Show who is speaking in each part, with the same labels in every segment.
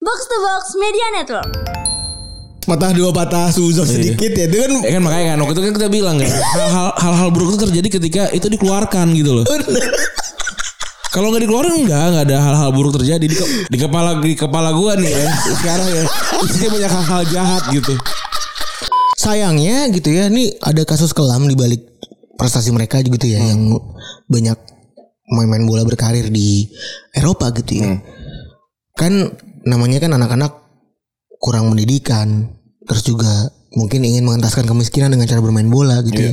Speaker 1: Box to Box Media Network.
Speaker 2: Patah dua patah suzon sedikit ya. Itu kan
Speaker 3: Ya kan makanya kan waktu itu kan kita bilang kan hal-hal hal-hal buruk itu terjadi ketika itu dikeluarkan gitu loh. Kalau nggak dikeluarin nggak nggak ada hal-hal buruk terjadi di, ke- di kepala di kepala gua nih ya sekarang ya isinya banyak hal-hal jahat gitu.
Speaker 2: sayangnya gitu ya. Nih ada kasus kelam di balik prestasi mereka gitu ya yang banyak main-main bola berkarir di Eropa gitu ya. Kan namanya kan anak-anak kurang pendidikan, terus juga mungkin ingin mengentaskan kemiskinan dengan cara bermain bola gitu ya.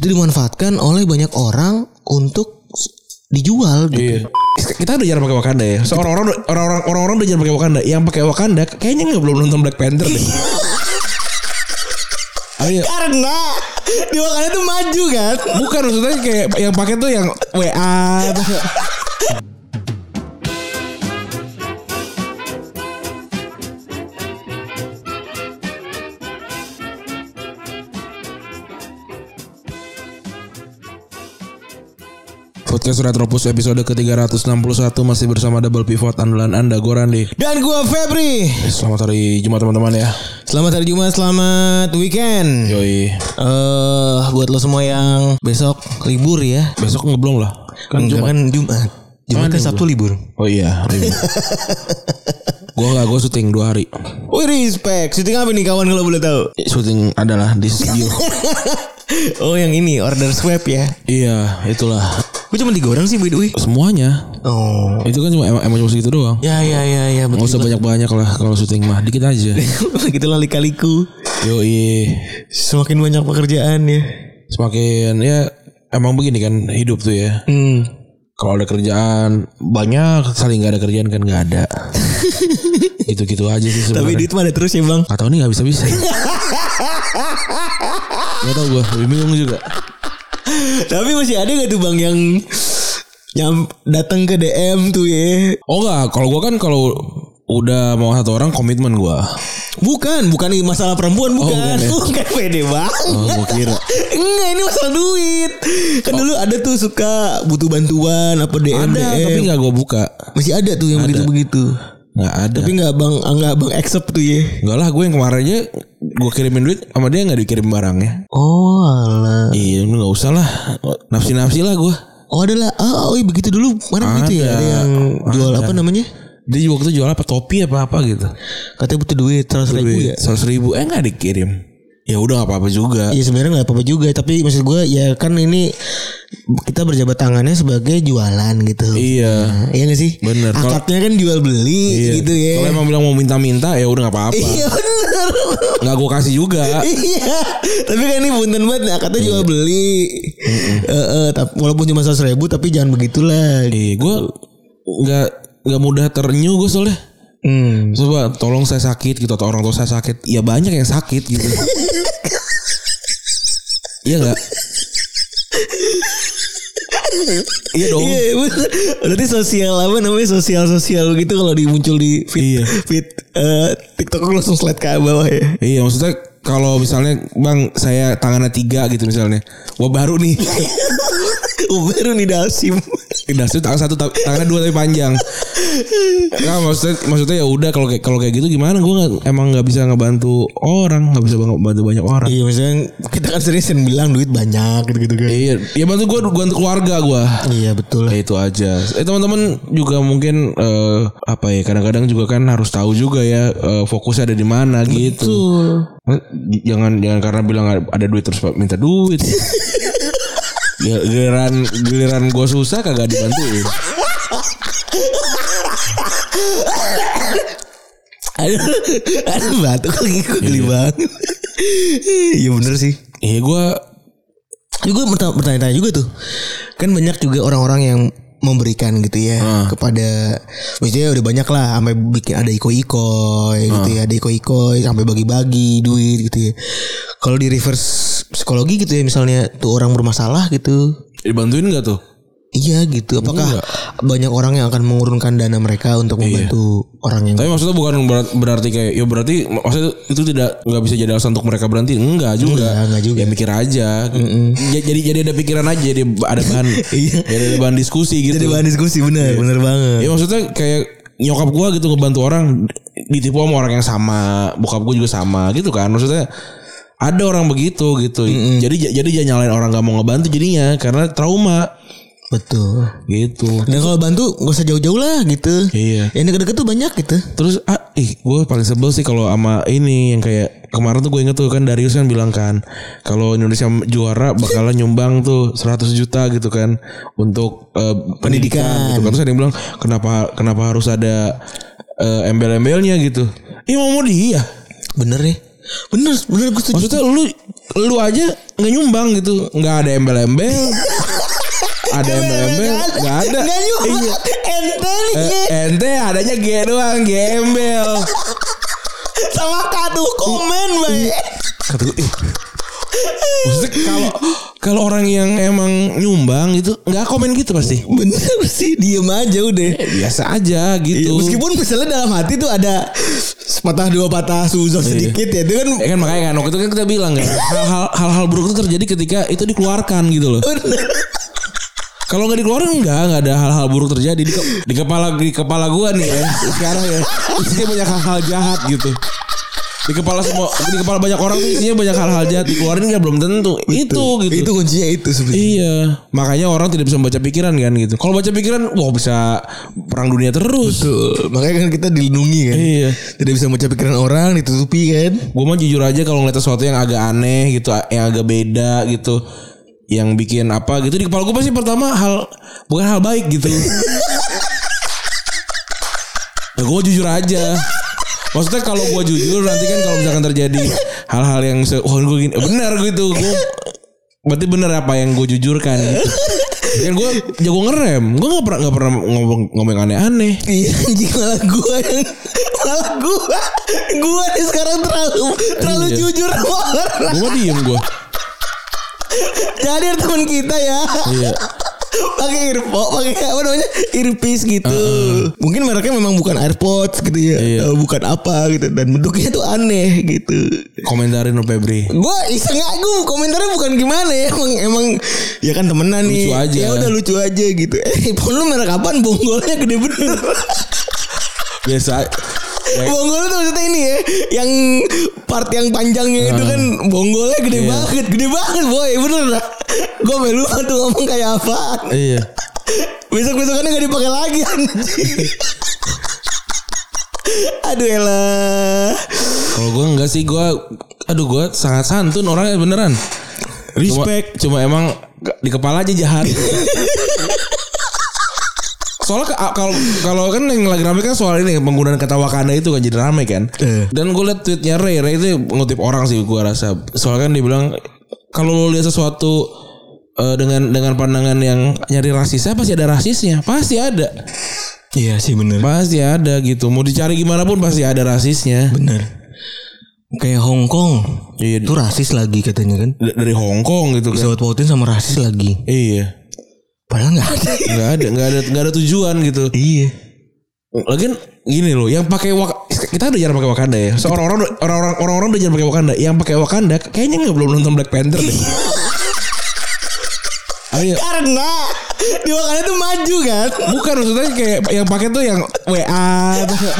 Speaker 2: Itu dimanfaatkan oleh banyak orang untuk s- dijual gitu.
Speaker 3: Iya. Kita udah jarang pakai Wakanda ya. So, orang-orang orang-orang orang-orang udah jarang pakai Wakanda. Yang pakai Wakanda kayaknya nggak belum nonton Black Panther deh. Ayo.
Speaker 2: Karena di Wakanda tuh maju kan.
Speaker 3: Bukan maksudnya kayak yang pakai tuh yang WA
Speaker 2: Ah,
Speaker 3: terus kayak- Podcast Retropus episode ke-361 masih bersama Double Pivot andalan Anda gue Randy.
Speaker 2: Dan gua Febri.
Speaker 3: Eh, Selamat hari Jumat teman-teman ya.
Speaker 2: Selamat hari Jumat, selamat weekend. Eh
Speaker 3: Yoi.
Speaker 2: buat lo semua yang besok libur ya.
Speaker 3: Besok ngeblong lah.
Speaker 2: Kan Jumat kan Jumat. Jumat kan Sabtu libur.
Speaker 3: Oh iya. gue nggak gue syuting dua hari.
Speaker 2: Wih respect. Syuting apa nih kawan kalau boleh tahu?
Speaker 3: Syuting adalah di studio.
Speaker 2: oh yang ini order swab ya.
Speaker 3: iya, itulah
Speaker 2: Gue cuma tiga orang sih by the way.
Speaker 3: semuanya.
Speaker 2: Oh.
Speaker 3: Itu kan cuma emang, emang cuma segitu doang.
Speaker 2: Ya ya ya ya
Speaker 3: Nggak usah
Speaker 2: betul.
Speaker 3: banyak banyak lah kalau syuting mah dikit aja.
Speaker 2: Gitulah lika-liku.
Speaker 3: Yoi.
Speaker 2: Semakin banyak pekerjaan ya.
Speaker 3: Semakin ya emang begini kan hidup tuh ya.
Speaker 2: Hmm.
Speaker 3: Kalau ada kerjaan banyak saling nggak ada kerjaan kan nggak ada. Gitu-gitu aja
Speaker 2: Tapi
Speaker 3: sih sebenarnya.
Speaker 2: duit mah ada terus ya bang.
Speaker 3: Gak tau nih gak bisa-bisa Gak tau gue Lebih bingung juga
Speaker 2: Tapi masih ada gak tuh bang yang yang datang ke DM tuh ya?
Speaker 3: Oh enggak Kalau gue kan kalau Udah mau satu orang komitmen gue
Speaker 2: Bukan, bukan ini masalah perempuan bukan.
Speaker 3: bukan ya.
Speaker 2: bukan pede banget.
Speaker 3: Oh gue kira
Speaker 2: Enggak, ini masalah duit. Kan dulu ada tuh suka butuh bantuan apa DM.
Speaker 3: Oh. Ada tapi gak gue buka
Speaker 2: masih ada tuh yang begitu-begitu.
Speaker 3: Gak ada
Speaker 2: Tapi enggak Bang, enggak Bang accept tuh ya.
Speaker 3: Enggak lah gue yang kemarin aja Gue kirimin duit Sama dia gak dikirim barangnya
Speaker 2: Oh, alah.
Speaker 3: Iya lu gak usah lah Nafsi-nafsi lah gue
Speaker 2: Oh, adalah oh, oh, begitu dulu. Mana begitu ya?
Speaker 3: Ada.
Speaker 2: Ada yang jual apa namanya?
Speaker 3: Dia waktu itu jual apa topi apa-apa gitu
Speaker 2: Katanya butuh duit 100 ribu ya.
Speaker 3: Seratus ribu Eh gak dikirim Ya udah gak apa-apa juga
Speaker 2: Ya sebenarnya nggak apa-apa juga, tapi maksud gue ya kan ini kita berjabat tangannya sebagai jualan gitu.
Speaker 3: Iya
Speaker 2: Nah, Iya gak sih?
Speaker 3: Bener. Kalau-
Speaker 2: Akadnya kan jual beli
Speaker 3: Iya.
Speaker 2: gitu ya.
Speaker 3: Kalau emang bilang mau minta-minta ya udah nggak apa-apa.
Speaker 2: Iya bener.
Speaker 3: Nggak gue kasih juga.
Speaker 2: Iya. Tapi kan ini punten banget akadnya jual beli. Eh, eh, tap- walaupun cuma 100 ribu tapi jangan begitulah. gitu.
Speaker 3: Iya, gue nggak nggak mudah terenyuh gue soalnya.
Speaker 2: Hmm.
Speaker 3: Coba tolong saya sakit gitu atau orang tua saya sakit. Ya banyak yang sakit gitu. Iya nggak? Iya dong.
Speaker 2: Iya, bener. berarti sosial apa namanya sosial sosial gitu kalau dimuncul di feed
Speaker 3: Iya.
Speaker 2: feed eh, TikTok aku langsung slide ke bawah ya.
Speaker 3: Iya maksudnya kalau misalnya bang saya tangannya tiga gitu misalnya. Wah baru nih.
Speaker 2: Oh, baru nih dasim.
Speaker 3: Dasar tangan satu tapi- tangannya dua tapi panjang. Nah, maksudnya maksudnya ya udah kalau kayak kalau kayak gitu gimana gue emang nggak bisa ngebantu orang nggak bisa bang- bantu banyak orang.
Speaker 2: iya, maksudnya kita kan sering sering bilang duit banyak gitu-gitu kan.
Speaker 3: Iya, ya bantu gue bantu keluarga gue.
Speaker 2: Iya, betul lah.
Speaker 3: Ya, itu aja. Eh teman-teman juga mungkin eh, apa ya kadang-kadang juga kan harus tahu juga ya eh, fokusnya ada di mana gitu. Eh, Jangan jangan karena bilang ada- ada duit terus minta duit. Ya, giliran giliran gue susah kagak dibantuin.
Speaker 2: Aduh, aduh batuk lagi gue geli banget. Iya bener sih.
Speaker 3: Iya gue
Speaker 2: Juga bertanya-tanya juga tuh. Kan banyak juga orang-orang yang memberikan gitu ya kepada maksudnya udah banyak lah sampai bikin ada iko-ikoi gitu ya ada iko-ikoi sampai bagi-bagi duit gitu ya kalau di reverse psikologi gitu ya misalnya tuh orang bermasalah gitu
Speaker 3: dibantuin nggak tuh?
Speaker 2: iya Iya. gitu apakah banyak orang yang akan mengurunkan dana mereka untuk membantu orang yang
Speaker 3: Tapi maksudnya bukan ber- berarti kayak ya berarti maksudnya itu tidak nggak bisa jadi alasan untuk mereka berhenti. Enggak juga.
Speaker 2: Enggak, enggak juga.
Speaker 3: Ya mikir aja. Ya, jadi jadi ada pikiran aja jadi ada bahan.
Speaker 2: Iya.
Speaker 3: jadi ada bahan diskusi gitu.
Speaker 2: jadi bahan diskusi bener bener banget
Speaker 3: Ya maksudnya kayak nyokap gua gitu ngebantu orang ditipu sama orang yang sama bokap gua juga sama gitu kan maksudnya ada orang begitu gitu jadi jadi jangan nyalain orang gak mau ngebantu jadinya karena trauma
Speaker 2: Betul.
Speaker 3: gitu
Speaker 2: Dan kalau bantu gak usah jauh-jauh lah gitu.
Speaker 3: Iya.
Speaker 2: Yang deket-deket tuh banyak gitu.
Speaker 3: Terus ah, ih gue paling sebel sih kalau sama ini yang kayak kemarin tuh gue inget tuh kan Darius kan bilang kan kalau Indonesia juara bakalan nyumbang tuh 100 juta gitu kan untuk eh, pendidikan,
Speaker 2: Pendidikan.
Speaker 3: gitu kan. Terus ada yang bilang kenapa kenapa harus ada eh, embel-embelnya gitu. Ih mau mau dia.
Speaker 2: Bener ya. Bener, bener gue setuju.
Speaker 3: Maksudnya lu lu aja nggak nyumbang gitu, nggak ada embel-embel. ada
Speaker 2: eh,
Speaker 3: embel-embel, nggak ada.
Speaker 2: Gak nyumbang.
Speaker 3: Iya.
Speaker 2: Ente nih.
Speaker 3: Eh, ente adanya G doang, G embel.
Speaker 2: Sama kado komen baik.
Speaker 3: kata gue "Ih." eh. maksudnya kalau kalau orang yang emang nyumbang gitu nggak komen gitu pasti
Speaker 2: Bener sih. Diem aja udah.
Speaker 3: biasa aja
Speaker 2: Ya,
Speaker 3: gitu
Speaker 2: meskipun misalnya dalam hati tuh ada patah dua patah suzon sedikit ya itu kan
Speaker 3: ya kan makanya kan waktu itu kan kita bilang kan hal-hal hal-hal buruk itu terjadi ketika itu dikeluarkan gitu loh
Speaker 2: bener.
Speaker 3: kalau nggak dikeluarin nggak nggak ada hal-hal buruk terjadi di, ke- di kepala di kepala gua nih ya sekarang ya isinya banyak hal-hal jahat gitu di kepala semua di kepala banyak orang tuh isinya banyak hal-hal jahat dikeluarin nggak belum tentu itu gitu
Speaker 2: Itu kuncinya itu sebenarnya.
Speaker 3: Iya, makanya orang tidak bisa membaca pikiran kan gitu. Kalau baca pikiran, wah bisa perang dunia terus.
Speaker 2: Betul. Makanya kan kita dilindungi kan.
Speaker 3: Iya.
Speaker 2: Tidak bisa membaca pikiran orang, ditutupi kan.
Speaker 3: Gue mah jujur aja kalau ngeliat sesuatu yang agak aneh gitu, yang agak beda gitu, yang bikin apa gitu di kepala gue pasti pertama hal bukan hal baik gitu. nah, gue jujur aja. Maksudnya kalau gue jujur nanti kan kalau misalkan terjadi hal-hal yang se- wah gue gini benar gitu gue berarti benar apa yang gue jujurkan gitu. Dan gue jago ngerem, gue nggak pernah nggak pernah ngomong ngomong yang aneh-aneh.
Speaker 2: Iya anjing malah gue yang malah gue gue nih sekarang terlalu terlalu
Speaker 3: Iya.
Speaker 2: jujur sama orang.
Speaker 3: Gue mah diem gue.
Speaker 2: Jadi ada teman kita ya.
Speaker 3: Iya.
Speaker 2: pakai earphone, pakai apa namanya earpiece gitu. Mungkin mereknya memang bukan AirPods gitu ya,
Speaker 3: Iya.
Speaker 2: Eh, bukan apa gitu dan bentuknya tuh aneh gitu.
Speaker 3: Komentarin lo Febri.
Speaker 2: gue iseng aja gue komentarnya bukan gimana ya emang emang ya kan temenan nih
Speaker 3: Lucu aja.
Speaker 2: ya udah lucu aja gitu eh handphone lu merek apaan bonggolnya gede bener
Speaker 3: Biasa.
Speaker 2: bonggolnya tuh maksudnya ini ya yang part yang panjangnya itu kan bonggolnya gede
Speaker 3: Iya.
Speaker 2: banget gede banget boy bener lah gue melu tuh ngomong kayak apaan
Speaker 3: Iya.
Speaker 2: besok besokannya gak dipakai lagi anjing aduh elah
Speaker 3: Kalau gue enggak sih gue Aduh gue sangat santun orangnya beneran Respect Cuma, cuma emang ga- di kepala aja jahat Soalnya ke- kalau kalau kan yang lagi rame kan soal ini penggunaan kata Wakanda itu kan jadi rame kan.
Speaker 2: Eh.
Speaker 3: Dan gue liat tweetnya Ray, Ray itu ngutip orang sih gue rasa. Soalnya kan dia bilang kalau lo lihat sesuatu eh, dengan dengan pandangan yang nyari rasisnya pasti ada rasisnya, pasti ada,
Speaker 2: iya sih bener
Speaker 3: pasti ada gitu. Mau dicari gimana pun pasti ada rasisnya.
Speaker 2: Bener. Kayak Hong Kong.
Speaker 3: Iya.
Speaker 2: Itu rasis lagi katanya kan.
Speaker 3: D- dari Hong Kong gitu kan.
Speaker 2: Disawat pautin sama rasis lagi.
Speaker 3: Iya.
Speaker 2: Padahal nggak ada.
Speaker 3: Gak ada, gak ada, nggak ada tujuan gitu.
Speaker 2: iya.
Speaker 3: Lagian gini loh, yang pakai Wak- kita udah jarang pakai Wakanda ya. So, orang-orang orang-orang orang-orang udah jarang pakai Wakanda. Yang pakai Wakanda kayaknya nggak belum nonton Black Panther deh. Ah, Ayo,
Speaker 2: Karena di Wakanda tuh maju kan.
Speaker 3: bukan maksudnya kayak yang pakai tuh yang WA, terus kayak,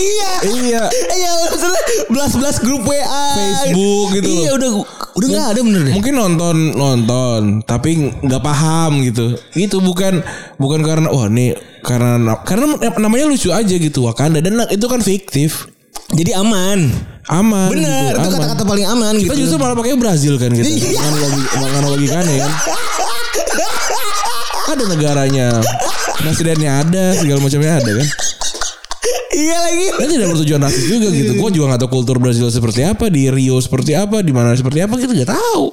Speaker 2: iya.
Speaker 3: iya,
Speaker 2: Iya maksudnya belas-belas grup WA.
Speaker 3: Facebook gitu
Speaker 2: Iya
Speaker 3: loh.
Speaker 2: udah udah nggak ada bener deh.
Speaker 3: mungkin nonton nonton tapi nggak paham gitu itu bukan bukan karena wah nih karena karena namanya lucu aja gitu Wakanda dan itu kan fiktif
Speaker 2: Jadi aman.
Speaker 3: aman
Speaker 2: Bener.
Speaker 3: gitu,
Speaker 2: itu
Speaker 3: aman.
Speaker 2: kata-kata paling aman
Speaker 3: Kita
Speaker 2: gitu. Iya.
Speaker 3: justru malah pakai Brazil kan gitu. Dengan logi, dengan logikanya kan. Ada negaranya. Presidennya ada, segala macamnya ada kan.
Speaker 2: iya lagi.
Speaker 3: Dan tidak bertujuan rasis juga gitu. Gua juga gak tahu kultur Brazil seperti apa, di Rio seperti apa, di mana seperti apa kita gak tahu.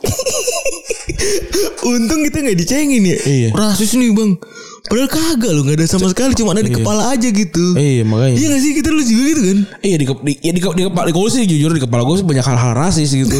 Speaker 2: Untung kita nggak dicengin ya.
Speaker 3: Iya.
Speaker 2: Rasis nih bang. Padahal kagak loh nggak ada sama sekali. Cuma ada di kepala aja gitu.
Speaker 3: Iya makanya.
Speaker 2: Iya gak sih kita lu juga gitu kan
Speaker 3: Iya di, ke- di, ya, di, ke- di kepala gue sih jujur di kepala gue sih banyak hal-hal rasis gitu.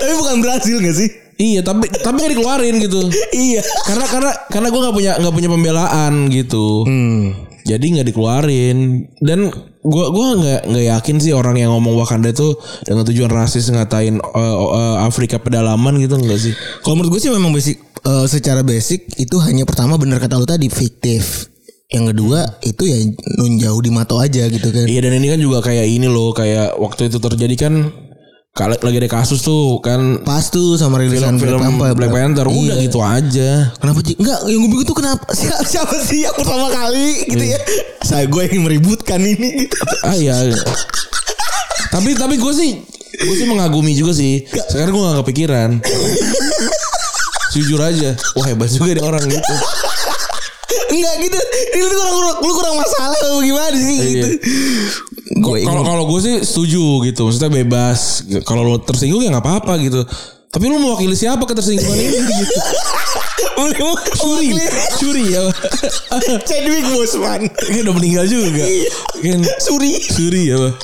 Speaker 2: Tapi bukan berhasil gak sih
Speaker 3: iya tapi tapi gak dikeluarin gitu.
Speaker 2: Iya
Speaker 3: Karena karena karena gue nggak punya nggak punya pembelaan gitu.
Speaker 2: Hmm.
Speaker 3: jadi nggak dikeluarin dan gua gua nggak nggak yakin sih orang yang ngomong Wakanda itu dengan tujuan rasis ngatain eh, eh, Afrika pedalaman gitu enggak sih
Speaker 2: Kalau menurut gue sih memang basic eh, Secara basic Itu hanya pertama bener kata lu tadi Fiktif yang kedua itu ya nun jauh di mato aja gitu kan
Speaker 3: Iya dan ini kan juga kayak ini loh kayak waktu itu terjadi kan kalau lagi ada kasus tuh kan
Speaker 2: pas tuh sama rilisan
Speaker 3: film
Speaker 2: Black Panther. Iya,
Speaker 3: Black Panther udah gitu aja.
Speaker 2: Kenapa sih? Enggak, yang gue bingung tuh kenapa siapa, siapa sih yang pertama kali gitu
Speaker 3: Iya.
Speaker 2: ya? Saya gue yang meributkan ini gitu.
Speaker 3: Ah iya. tapi tapi gue sih gue sih mengagumi juga sih. Sekarang gue gak kepikiran. Jujur aja, wah hebat juga nih orang gitu.
Speaker 2: Enggak gitu. Ini lu kurang lu kurang masalah lu gimana sih gitu. Gue
Speaker 3: Iya. Kalau kalau gue sih setuju gitu, maksudnya bebas. Kalau lo tersinggung ya nggak apa-apa gitu. tapi lu mewakili siapa ketersinggungan ini gitu. Curi, curi ya.
Speaker 2: Chadwick Boseman. Iya.
Speaker 3: Kan udah meninggal juga. Kan ya,
Speaker 2: Suri,
Speaker 3: Suri apa?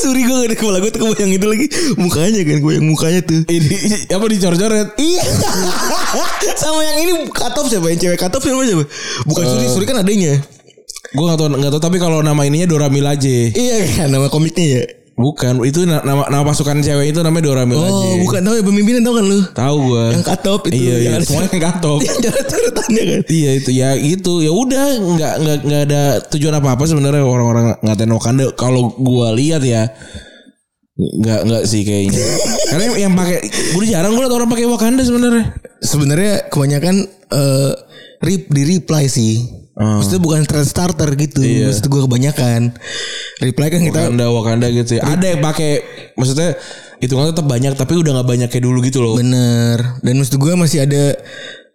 Speaker 2: Suri gue gak ada kepala gue tuh kebayang itu lagi mukanya kan gue yang mukanya tuh.
Speaker 3: Ini Ya, apa dicor-coret?
Speaker 2: Iya. Sama yang ini katop siapa yang cewek katop siapa siapa? Bukan
Speaker 3: Eh.
Speaker 2: Suri, Suri kan adanya.
Speaker 3: Gue gak tau, gak tau tapi kalau nama ininya Dora Milaje.
Speaker 2: Iya kan nama komiknya ya.
Speaker 3: Bukan, itu na- nama nama pasukan cewek itu namanya Dora Milaje.
Speaker 2: Oh, bukan tahu ya pemimpinan tahu kan lu?
Speaker 3: Tahu gue.
Speaker 2: Yang katop itu.
Speaker 3: Iya, iya,
Speaker 2: yang ada-
Speaker 3: semuanya yang katop.
Speaker 2: Yang ada coretannya kan.
Speaker 3: Iya itu ya gitu ya udah nggak nggak nggak ada tujuan apa apa sebenarnya orang-orang ngatain Wakanda kalau gua lihat ya nggak nggak sih kayaknya karena yang- yang pakai gue jarang gue liat orang pakai Wakanda sebenarnya
Speaker 2: Sebenarnya kebanyakan eh, rip di reply sih.
Speaker 3: Ah.
Speaker 2: Maksudnya bukan trend starter gitu.
Speaker 3: Iya.
Speaker 2: Maksud gue kebanyakan reply kan kita
Speaker 3: Wakanda Wakanda gitu ya. ada yang pakai maksudnya itu kan tetap banyak tapi udah nggak banyak kayak dulu gitu loh
Speaker 2: bener dan maksud gue masih ada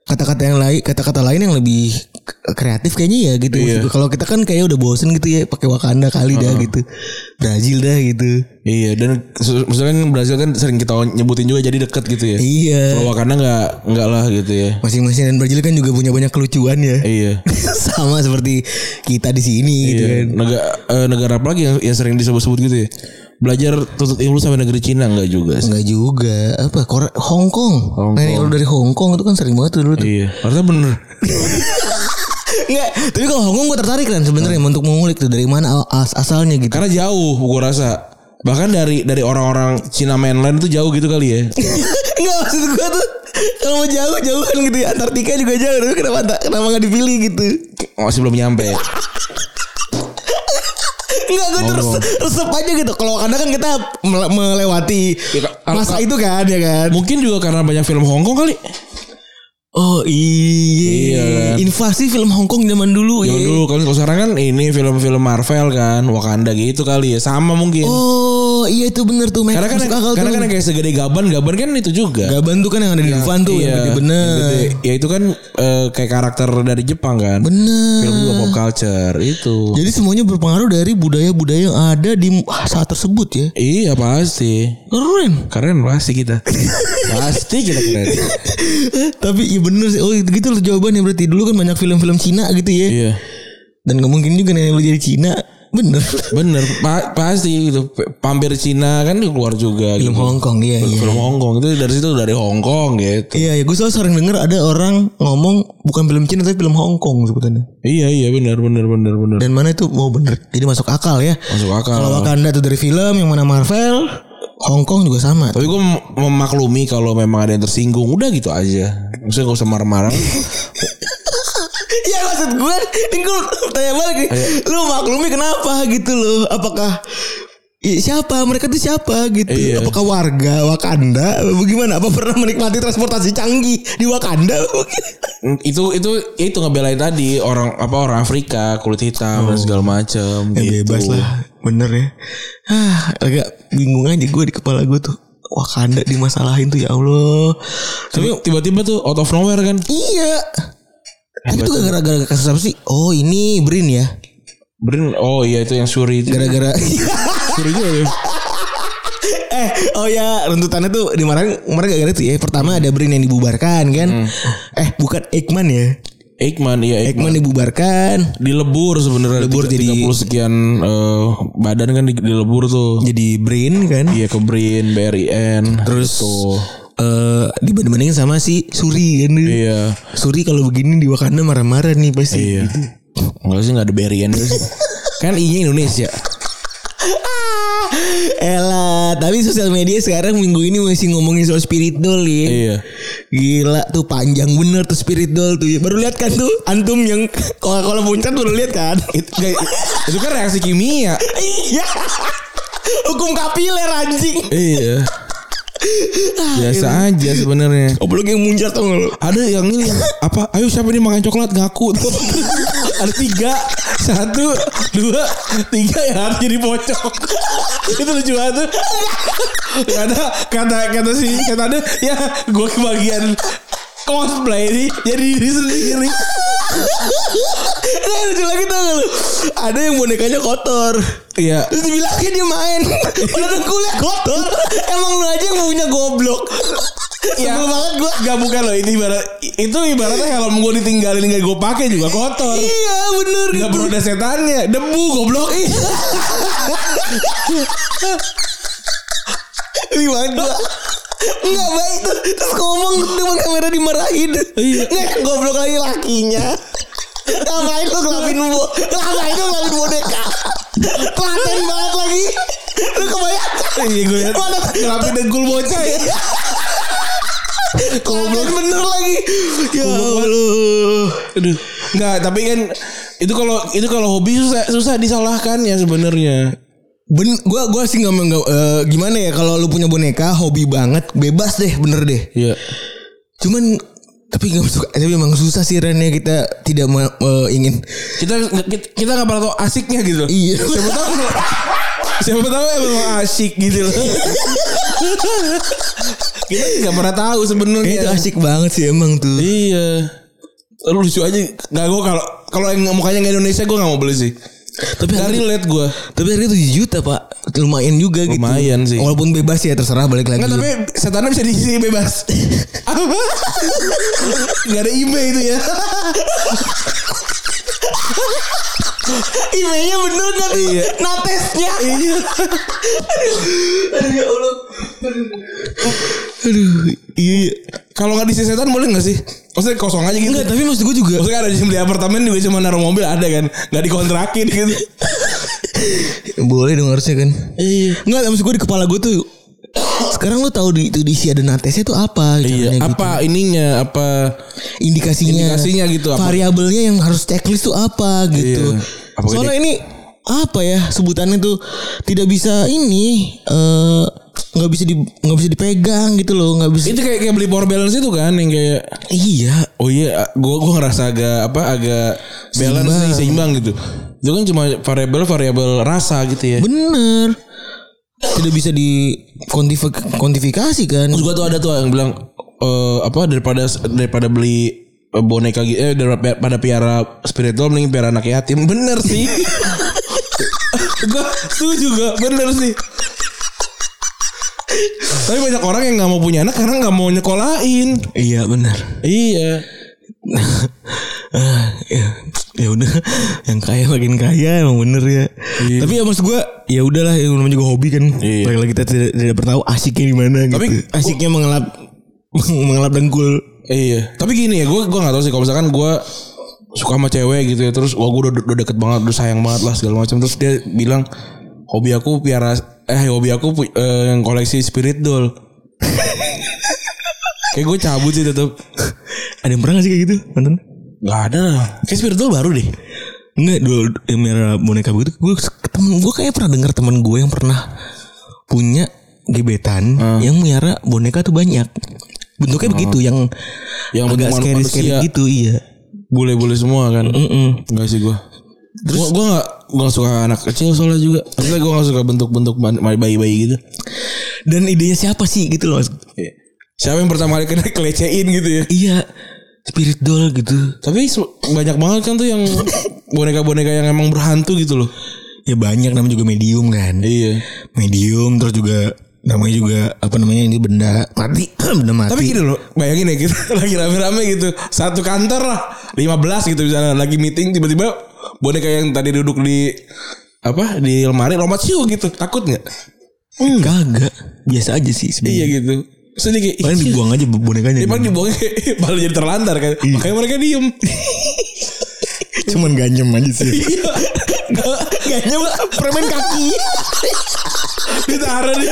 Speaker 2: kata-kata yang lain kata-kata lain yang lebih k- kreatif kayaknya ya gitu.
Speaker 3: Iya.
Speaker 2: Maksud gue, Kalau kita kan kayak udah bosen gitu ya pakai Wakanda kali
Speaker 3: Ah.
Speaker 2: dah gitu. Brazil dah gitu.
Speaker 3: Iya dan se- maksudnya kan Brazil kan sering kita nyebutin juga jadi deket gitu ya.
Speaker 2: Iya.
Speaker 3: Kalau Wakanda nggak nggak lah gitu ya.
Speaker 2: Masing-masing dan Brazil kan juga punya banyak kelucuan ya.
Speaker 3: Iya.
Speaker 2: Sama seperti kita di sini gitu
Speaker 3: Iya.
Speaker 2: kan.
Speaker 3: Negara negara apa lagi yang, yang sering disebut-sebut gitu ya? Belajar tuntut ilmu sampai negeri Cina nggak juga sih.
Speaker 2: Enggak juga. Apa? Kore Hong Kong.
Speaker 3: iya. Hong
Speaker 2: Nah, ini kalau dari Hong Kong itu kan sering banget tuh dulu. tuh.
Speaker 3: Iya. Artinya bener.
Speaker 2: Enggak, tapi kalau Hong Kong gue tertarik kan sebenarnya untuk mengulik tuh dari mana al- as- asalnya gitu.
Speaker 3: Karena jauh gue rasa. Bahkan dari dari orang-orang Cina mainland itu jauh gitu kali ya.
Speaker 2: Enggak maksud gue tuh kalau mau jauh jauhan gitu ya Antartika juga jauh tapi kenapa tak- kenapa nggak dipilih gitu?
Speaker 3: Masih belum nyampe.
Speaker 2: Enggak gue terus resep aja gitu. Kalau kadang kan kita mele- melewati
Speaker 3: Ya, kalau-
Speaker 2: masa itu kan ya kan.
Speaker 3: Mungkin juga karena banyak film Hongkong kali.
Speaker 2: Oh iya,
Speaker 3: Iya.
Speaker 2: invasi film Hong Kong zaman dulu
Speaker 3: Zaman
Speaker 2: iya.
Speaker 3: dulu kalau kalau sekarang kan ini film-film Marvel kan Wakanda gitu kali ya. Sama mungkin.
Speaker 2: Oh iya itu bener tuh.
Speaker 3: Karena kan
Speaker 2: Masuk akal
Speaker 3: karena
Speaker 2: tuh.
Speaker 3: kan kayak segede gaban, gaban kan itu juga.
Speaker 2: Gaban tuh kan yang ada di Dufan tuh yang gede bener.
Speaker 3: iya. yang gede. Ya itu kan eh, kayak karakter dari Jepang kan.
Speaker 2: Bener.
Speaker 3: Film juga pop culture itu.
Speaker 2: Jadi semuanya berpengaruh dari budaya-budaya yang ada di saat tersebut ya.
Speaker 3: iya pasti.
Speaker 2: Keren.
Speaker 3: Keren pasti kita. pasti kita keren.
Speaker 2: Tapi iya bener sih. Oh itu gitu loh jawabannya berarti dulu kan banyak film-film Cina gitu ya.
Speaker 3: iya.
Speaker 2: Dan nggak mungkin juga nenek lu jadi Cina. Bener.
Speaker 3: Bener, pa- pasti gitu. Pampir Cina kan keluar juga.
Speaker 2: Film
Speaker 3: gitu.
Speaker 2: Hong Kong iya iya.
Speaker 3: Film Hongkong itu dari situ dari Hongkong gitu.
Speaker 2: Iya, ya, gue selalu sering denger ada orang ngomong bukan film Cina tapi film Hong Kong sebetulnya.
Speaker 3: Iya iya bener bener bener bener.
Speaker 2: Dan mana itu mau bener. Jadi masuk akal ya.
Speaker 3: Masuk akal.
Speaker 2: Kalau Wakanda itu dari film yang mana Marvel, Hong Kong juga sama.
Speaker 3: Tapi gue mem- memaklumi kalau memang ada yang tersinggung, udah gitu aja. Maksudnya gak usah marah-marah.
Speaker 2: Iya maksud gue Ini gue tanya balik nih Lu maklumi kenapa gitu loh Apakah i- Siapa mereka tuh siapa gitu
Speaker 3: Iya.
Speaker 2: Apakah warga Wakanda Bagaimana Apa pernah menikmati transportasi canggih Di Wakanda
Speaker 3: itu itu itu ngebelain tadi orang apa orang Afrika kulit hitam dan segala macam
Speaker 2: Oh. Ya
Speaker 3: gitu.
Speaker 2: bebas lah Bener ya ah, Agak bingung aja gue di kepala gue tuh Wakanda dimasalahin tuh ya Allah
Speaker 3: Tapi tiba-tiba tuh out of nowhere kan.
Speaker 2: Iya Tapi itu gara-gara kasus apa sih Oh ini Brin ya
Speaker 3: Brin, oh iya itu yang Suri itu.
Speaker 2: Gara-gara
Speaker 3: Suri juga ya.
Speaker 2: Eh, oh ya, runtutannya tuh di mana kemarin gak gitu ya. Pertama ada Brin yang dibubarkan kan.
Speaker 3: Hmm.
Speaker 2: Eh, bukan Ekman ya.
Speaker 3: Eijkman iya Eijkman.
Speaker 2: Ekman dibubarkan
Speaker 3: Dilebur sebenarnya.
Speaker 2: Dilebur
Speaker 3: Tiga-
Speaker 2: jadi-
Speaker 3: 30 sekian eh, badan kan di- dilebur tuh.
Speaker 2: jadi Brin kan.
Speaker 3: Iya ke Brin, BRIN.
Speaker 2: Terus
Speaker 3: tuh.
Speaker 2: eh dibanding-bandingin sama si Suri kan.
Speaker 3: Iya.
Speaker 2: Suri kalau begini di Wakanda marah-marah nih pasti.
Speaker 3: Iya. Enggak sih enggak ada BRIN. kan I-nya Indonesia.
Speaker 2: Ah, Elah, tapi sosial media sekarang minggu ini masih ngomongin soal spiritual ya.
Speaker 3: Iya.
Speaker 2: Gila tuh panjang bener tuh spiritual tuh. Baru lihat kan tuh antum yang kalau kalau puncak baru lihat kan.
Speaker 3: Itu, kayak- itu kan reaksi kimia.
Speaker 2: Iya. Hukum kapiler anjing.
Speaker 3: Iya. Biasa aja sebenarnya.
Speaker 2: Oblong yang muncrat tuh lo.
Speaker 3: Ada yang ini apa? Ayo siapa nih makan coklat ngaku tuh. Ada tiga, satu, dua, tiga yang harus jadi pocong. itu lucu banget. tuh. Kata kata kata si kata ada ya gue kebagian cosplay ini jadi diri sendiri.
Speaker 2: Nah, lucu lagi tau gak lu Ada yang bonekanya kotor
Speaker 3: Iya.
Speaker 2: Terus dibilangnya dia main Udah dengkulnya kotor Emang lu aja yang punya goblok
Speaker 3: Ya.
Speaker 2: Sebel banget gua
Speaker 3: Gak bukan loh itu ibarat itu ibaratnya helm gue ditinggalin gak gue pakai juga kotor.
Speaker 2: Iya bener Iya,
Speaker 3: Gak perlu ada setannya Debu goblok
Speaker 2: Ini banget gua Enggak baik tuh Terus ngomong ke depan kamera dimarahin
Speaker 3: Iya.
Speaker 2: Nggak goblok lagi lakinya Ngapain lu ngelapin bo Ngapain lu ngelapin boneka Kelaten banget lagi Lu kebayang
Speaker 3: Iya gue liat
Speaker 2: Mana
Speaker 3: Ngelapin dengkul bocah ya
Speaker 2: Kelaten bener lagi Ya
Speaker 3: Goblok Aduh Enggak tapi kan Itu kalau itu kalau hobi susah susah disalahkan ya sebenarnya
Speaker 2: Ben, gua gua sih nggak nggak- eh, gimana ya kalau lu punya boneka hobi banget bebas deh bener deh.
Speaker 3: Iya
Speaker 2: Cuman tapi nggak suka tapi emang susah sih Ren ya kita tidak me- eh, ingin
Speaker 3: Kita kita- kita gak pernah tau asiknya gitu
Speaker 2: iya
Speaker 3: Siapa tahu Siapa tahu emang asyik gitu loh Kita gak pernah tahu
Speaker 2: Kayaknya itu
Speaker 3: sebenarnya
Speaker 2: Iya, asik banget sih emang tuh
Speaker 3: Iya Lu lucu aja Gak gue kalau kalau yang mukanya nggak Indonesia gue gak mau beli sih
Speaker 2: tapi
Speaker 3: Gak
Speaker 2: harga,
Speaker 3: relate gue
Speaker 2: tapi harga 7 juta pak lumayan juga gitu
Speaker 3: Lumayan sih.
Speaker 2: walaupun bebas ya terserah balik lagi
Speaker 3: Enggak tapi setannya bisa diisi bebas Apa? Gak ada eBay itu ya
Speaker 2: emailnya bener kan
Speaker 3: Iya.
Speaker 2: natesnya
Speaker 3: Iya
Speaker 2: aduh iya
Speaker 3: Kalau gak diisi setan boleh gak sih? Maksudnya kosong aja gitu
Speaker 2: enggak tapi maksud gue juga
Speaker 3: Maksudnya ada di beli apartemen juga cuma naruh mobil ada kan Gak dikontrakin gitu
Speaker 2: boleh dong harusnya kan
Speaker 3: Iya
Speaker 2: Enggak, maksud gue di kepala gue tuh sekarang lu tahu di itu diisi ada natesnya tuh apa? caranya
Speaker 3: Iya
Speaker 2: gitu.
Speaker 3: Apa ininya Apa
Speaker 2: Indikasinya.
Speaker 3: Indikasinya gitu, apa?
Speaker 2: Variabelnya yang harus checklist tuh apa gitu.
Speaker 3: Iya. Apakah
Speaker 2: Soalnya ini apa ya sebutannya tuh tidak bisa ini eh nggak bisa di nggak bisa dipegang gitu loh nggak bisa
Speaker 3: Itu kayak, kayak beli power balance itu kan Yang kayak
Speaker 2: iya
Speaker 3: Oh iya, gua gua ngerasa agak apa agak balance
Speaker 2: Seimbang.
Speaker 3: seimbang. seimbang gitu. Itu kan cuma variabel variabel rasa gitu ya.
Speaker 2: bener tidak bisa di kuantifi- kuantifikasi kan
Speaker 3: Terus gua tuh ada tuh yang bilang eh, apa daripada daripada beli eh, boneka gitu eh daripada piara spiritual mending piara anak yatim. Bener sih. gua setuju gua, bener sih. Tapi banyak orang yang nggak mau punya anak karena nggak mau nyekolahin.
Speaker 2: iya bener
Speaker 3: Iya.
Speaker 2: Ah, ya, ya udah yang kaya makin kaya emang bener ya tapi ya maksud gue ya udahlah ya namanya juga hobi kan
Speaker 3: Iya.
Speaker 2: lagi kita tidak tidak pernah tahu asiknya di mana
Speaker 3: Tapi-
Speaker 2: gitu asiknya mengelap mengelap dengkul
Speaker 3: Iya. Tapi gini ya, gue gue nggak tahu sih kalau misalkan gue suka sama cewek gitu ya, terus wah gue udah, udah deket banget, udah sayang banget lah segala macam. Terus dia bilang hobi aku piara eh hobi aku pu- eh, yang koleksi spirit doll. Kayak gue cabut sih tetep
Speaker 2: ada yang pernah gak sih kayak gitu mantan
Speaker 3: Gak ada lah Kayak spirit doll baru deh
Speaker 2: Enggak dulu yang merah boneka begitu gue ketemu gue kayak pernah dengar teman gue yang pernah punya gebetan
Speaker 3: Ah.
Speaker 2: yang miara boneka tuh banyak bentuknya begitu yang
Speaker 3: Yang
Speaker 2: agak
Speaker 3: bentuk
Speaker 2: scary scary
Speaker 3: manusia.
Speaker 2: gitu iya
Speaker 3: Bule-bule semua kan Gak sih gue Terus gue gak, gua gak suka anak kecil soalnya juga Maksudnya gue gak suka bentuk-bentuk man- bayi-bayi gitu
Speaker 2: dan idenya siapa sih gitu loh maksud-
Speaker 3: Iya. Siapa yang pertama kali kena kelecehin gitu ya
Speaker 2: Iya Spirit doll gitu
Speaker 3: Tapi se- banyak banget kan tuh yang boneka-boneka yang emang berhantu gitu loh.
Speaker 2: Ya banyak namanya juga medium kan
Speaker 3: Iya.
Speaker 2: Medium terus juga Namanya juga Apa namanya ini benda mati Benda mati
Speaker 3: Tapi gini loh, bayangin ya kita lagi rame-rame gitu. Satu kantor lah, 15 gitu misalnya lagi meeting tiba-tiba boneka yang tadi duduk di apa di lemari lompat siu gitu. Takut nggak?
Speaker 2: Kagak Biasa aja sih
Speaker 3: Iya
Speaker 2: sebenarnya
Speaker 3: gitu. Sedih kayak
Speaker 2: Paling dibuang aja bonekanya gitu.
Speaker 3: Iya. Dia paling dibuangnya malah jadi terlantar kan. Makanya mereka diem.
Speaker 2: Cuman ganjem aja sih. ganjem permen Iya, kaki.
Speaker 3: Ditaruh di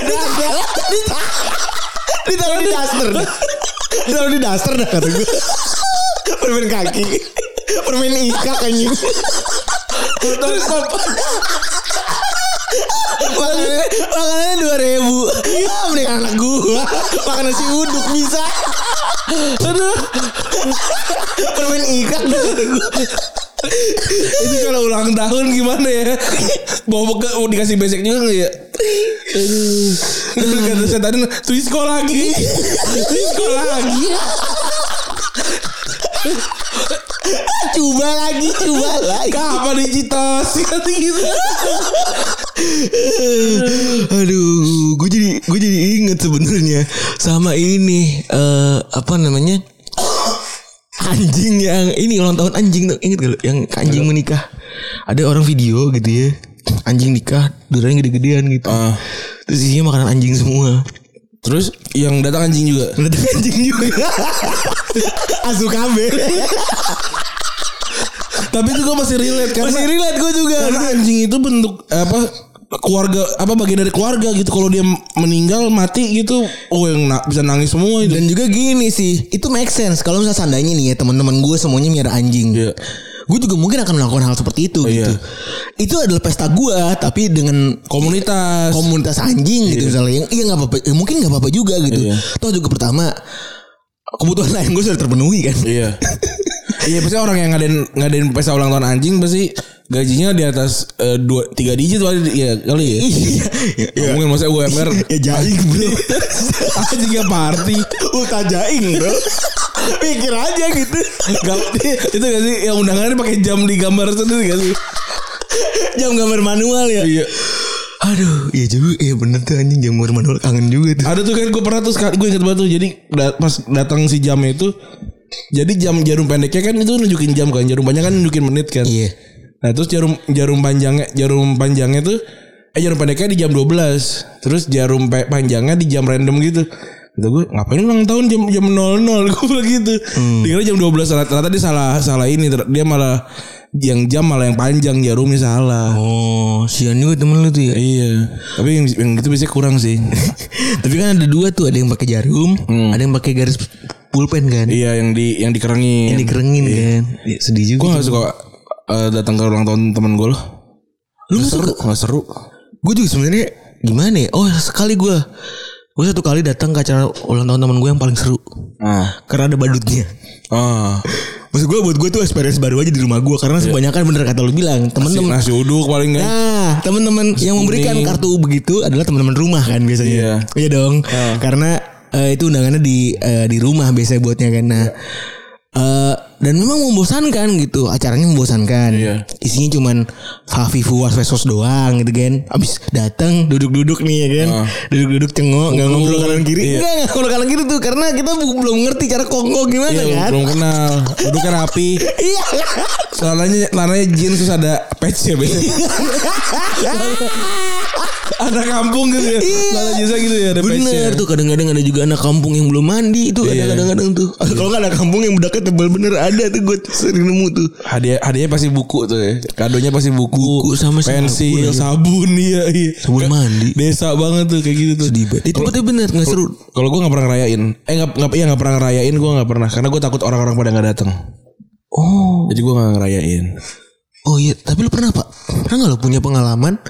Speaker 2: Ditaruh di daster. Ditaruh di daster dah kata gue. Permen kaki. Permen ikat anjing.
Speaker 3: terus apa?
Speaker 2: Makanannya makanannya 2000. Iya, mending anak gua. Makan nasi uduk bisa. Aduh. Permen ikat kata gua.
Speaker 3: Itu kalau ulang tahun gimana ya? Bawa beke, mau dikasih besek juga nggak ya? Aduh. Terus kata setan Twisko lagi. Twisko lagi.
Speaker 2: Coba lagi, coba lagi.
Speaker 3: Kapan dicitos? Kata gitu.
Speaker 2: Eh, Aduh, gue jadi gue jadi inget sebenarnya sama ini eh apa namanya anjing yang ini ulang tahun anjing tuh inget gak lu? yang anjing menikah ada orang video gitu ya anjing nikah duranya gede-gedean gitu
Speaker 3: Ah.
Speaker 2: terus isinya makanan anjing semua
Speaker 3: Terus yang datang anjing juga.
Speaker 2: datang anjing juga asu kabe
Speaker 3: Tapi itu gue masih relate karena
Speaker 2: masih relate gue juga
Speaker 3: karena anjing itu bentuk apa keluarga apa bagian dari keluarga gitu kalau dia meninggal mati gitu oh yang na- bisa nangis semua itu
Speaker 2: Dan juga gini sih, itu make sense kalau misalnya seandainya nih ya teman-teman gue semuanya miara anjing.
Speaker 3: Iya.
Speaker 2: Gue juga mungkin akan melakukan hal seperti itu
Speaker 3: Iya.
Speaker 2: gitu. Itu adalah pesta gue tapi dengan
Speaker 3: komunitas
Speaker 2: komunitas anjing gitu misalnya yang iya nggak apa-apa eh, mungkin nggak apa-apa juga gitu.
Speaker 3: Iya.
Speaker 2: Toh juga pertama kebutuhan lain gue sudah terpenuhi kan.
Speaker 3: Iya. Iya pasti orang yang ngadain ngadain pesta ulang tahun anjing pasti gajinya di atas eh, dua tiga digit kali ya kali ya.
Speaker 2: Iya.
Speaker 3: Mungkin masa UMR
Speaker 2: Ya jaing bro.
Speaker 3: Iya. anjingnya party.
Speaker 2: Uta jaing bro. Pikir aja gitu.
Speaker 3: Gam- itu gak sih yang undangannya pakai jam digambar sendiri gak sih?
Speaker 2: Jam gambar manual ya.
Speaker 3: Iya.
Speaker 2: Aduh, iya juga, iya bener tuh anjing jam gambar manual kangen juga tuh.
Speaker 3: Ada tuh kan gue pernah tuh sekali gue inget banget tuh jadi da- pas datang si jamnya itu jadi jam jarum pendeknya kan itu nunjukin jam kan jarum panjang kan nunjukin menit kan.
Speaker 2: Iya.
Speaker 3: Nah terus jarum jarum panjangnya jarum panjangnya tuh eh jarum pendeknya di jam 12. Terus jarum pe- panjangnya di jam random gitu. Kata gue ngapain ulang tahun jam jam 00 gue bilang gitu. Dikira jam 12 ternyata ternyata dia salah salah ini Ter- dia malah yang jam malah yang panjang jarumnya salah.
Speaker 2: Oh, sian juga temen lu tuh ya.
Speaker 3: Iya. Tapi yang, yang gitu biasanya kurang sih.
Speaker 2: Tapi kan ada dua tuh, ada yang pakai jarum, ada yang pakai garis pulpen kan.
Speaker 3: iya yang di yang dikerengin.
Speaker 2: Yang dikerengin kan. Ya, sedih juga.
Speaker 3: Gue gak suka eh, datang ke ulang tahun temen gue loh.
Speaker 2: Lu
Speaker 3: Nggak
Speaker 2: nggak
Speaker 3: seru, gak seru.
Speaker 2: Gue juga sebenarnya gimana ya? Oh, sekali gue gue satu kali datang ke acara ulang tahun teman gue yang paling seru
Speaker 3: Ah.
Speaker 2: karena ada badutnya.
Speaker 3: Ah.
Speaker 2: Maksud gue buat gue tuh experience baru aja di rumah gue karena sebanyakan bener kata lu bilang temen-temen.
Speaker 3: Nasi uduk paling gak.
Speaker 2: Nah, temen-temen yang memberikan
Speaker 3: kuning.
Speaker 2: kartu begitu adalah temen-temen rumah kan biasanya.
Speaker 3: Iya.
Speaker 2: Iya dong.
Speaker 3: Ah.
Speaker 2: Karena eh, itu undangannya di eh, di rumah biasanya buatnya kan. Nah,
Speaker 3: Iya.
Speaker 2: eh, dan memang membosankan gitu. Acaranya membosankan.
Speaker 3: Iya.
Speaker 2: Isinya cuman Fafifu Vesos doang gitu kan. Abis datang duduk-duduk nih ya kan.
Speaker 3: Ah.
Speaker 2: Duduk-duduk cengok nggak ngobrol kanan kiri.
Speaker 3: Iya.
Speaker 2: Enggak nggak ngobrol kanan kiri tuh karena kita bu- belum ngerti cara kongko gimana
Speaker 3: Iya,
Speaker 2: kan.
Speaker 3: belum kenal. Udah kan api.
Speaker 2: Iya.
Speaker 3: Celananya celananya jeans terus ada patch ya biasanya. ada kampung gitu ya. Celana jeansnya gitu ya ada patchnya.
Speaker 2: Iya. Bener tuh kadang-kadang ada juga anak kampung yang belum mandi itu ada
Speaker 3: Iya.
Speaker 2: kadang-kadang tuh. Kalau nggak ada kampung yang bedaknya tebal bener ada tuh gue sering nemu tuh.
Speaker 3: Hadiah hadiahnya pasti buku tuh ya. Kadonya pasti buku.
Speaker 2: Buku sama
Speaker 3: pensil, sabun, iya iya.
Speaker 2: Sabun mandi.
Speaker 3: Desa banget tuh kayak gitu tuh.
Speaker 2: Sedih banget. Itu tempatnya bener nggak seru.
Speaker 3: Kalau gue nggak pernah ngerayain. Eh nggak nggak iya nggak pernah ngerayain gue nggak pernah karena gue takut orang-orang pada nggak datang.
Speaker 2: Oh,
Speaker 3: Jadi gue nggak ngerayain.
Speaker 2: oh iya. Tapi lu pernah pak? Pernah nggak lu punya pengalaman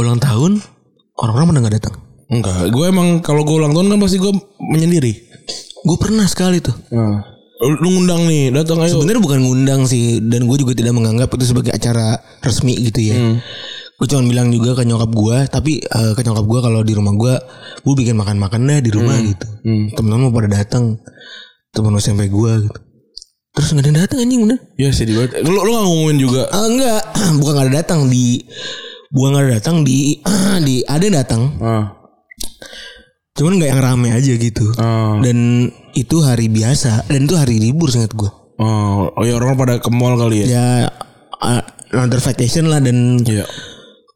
Speaker 2: ulang tahun orang-orang pada nggak datang?
Speaker 3: Enggak, gue emang kalau gue ulang tahun kan pasti gue menyendiri.
Speaker 2: Gue pernah sekali tuh.
Speaker 3: Nah. Lu lu ngundang nih, datang ayo.
Speaker 2: Sebenarnya bukan ngundang sih dan gue juga tidak menganggap itu sebagai acara resmi gitu ya.
Speaker 3: Hmm.
Speaker 2: Gue cuma bilang juga ke nyokap gue, tapi eh, ke nyokap gue kalau di rumah gue, gue bikin makan-makan deh di rumah
Speaker 3: Hmm.
Speaker 2: gitu. Temen-temen mau pada datang, temen SMP gue gitu. Terus nggak ada yang datang anjing bener?
Speaker 3: Ya sedih banget. Lu lu gak ngomongin juga.
Speaker 2: Ah, enggak, bukan nggak ada datang di, bukan nggak ada datang di, di ada yang datang,
Speaker 3: Ah.
Speaker 2: cuman nggak yang rame aja gitu.
Speaker 3: Ah.
Speaker 2: Dan itu hari biasa, dan itu hari libur seingat gue.
Speaker 3: ah. Oh, oh ya orang pada ke mall kali ya.
Speaker 2: Ya, ah, another vacation lah dan
Speaker 3: Iya.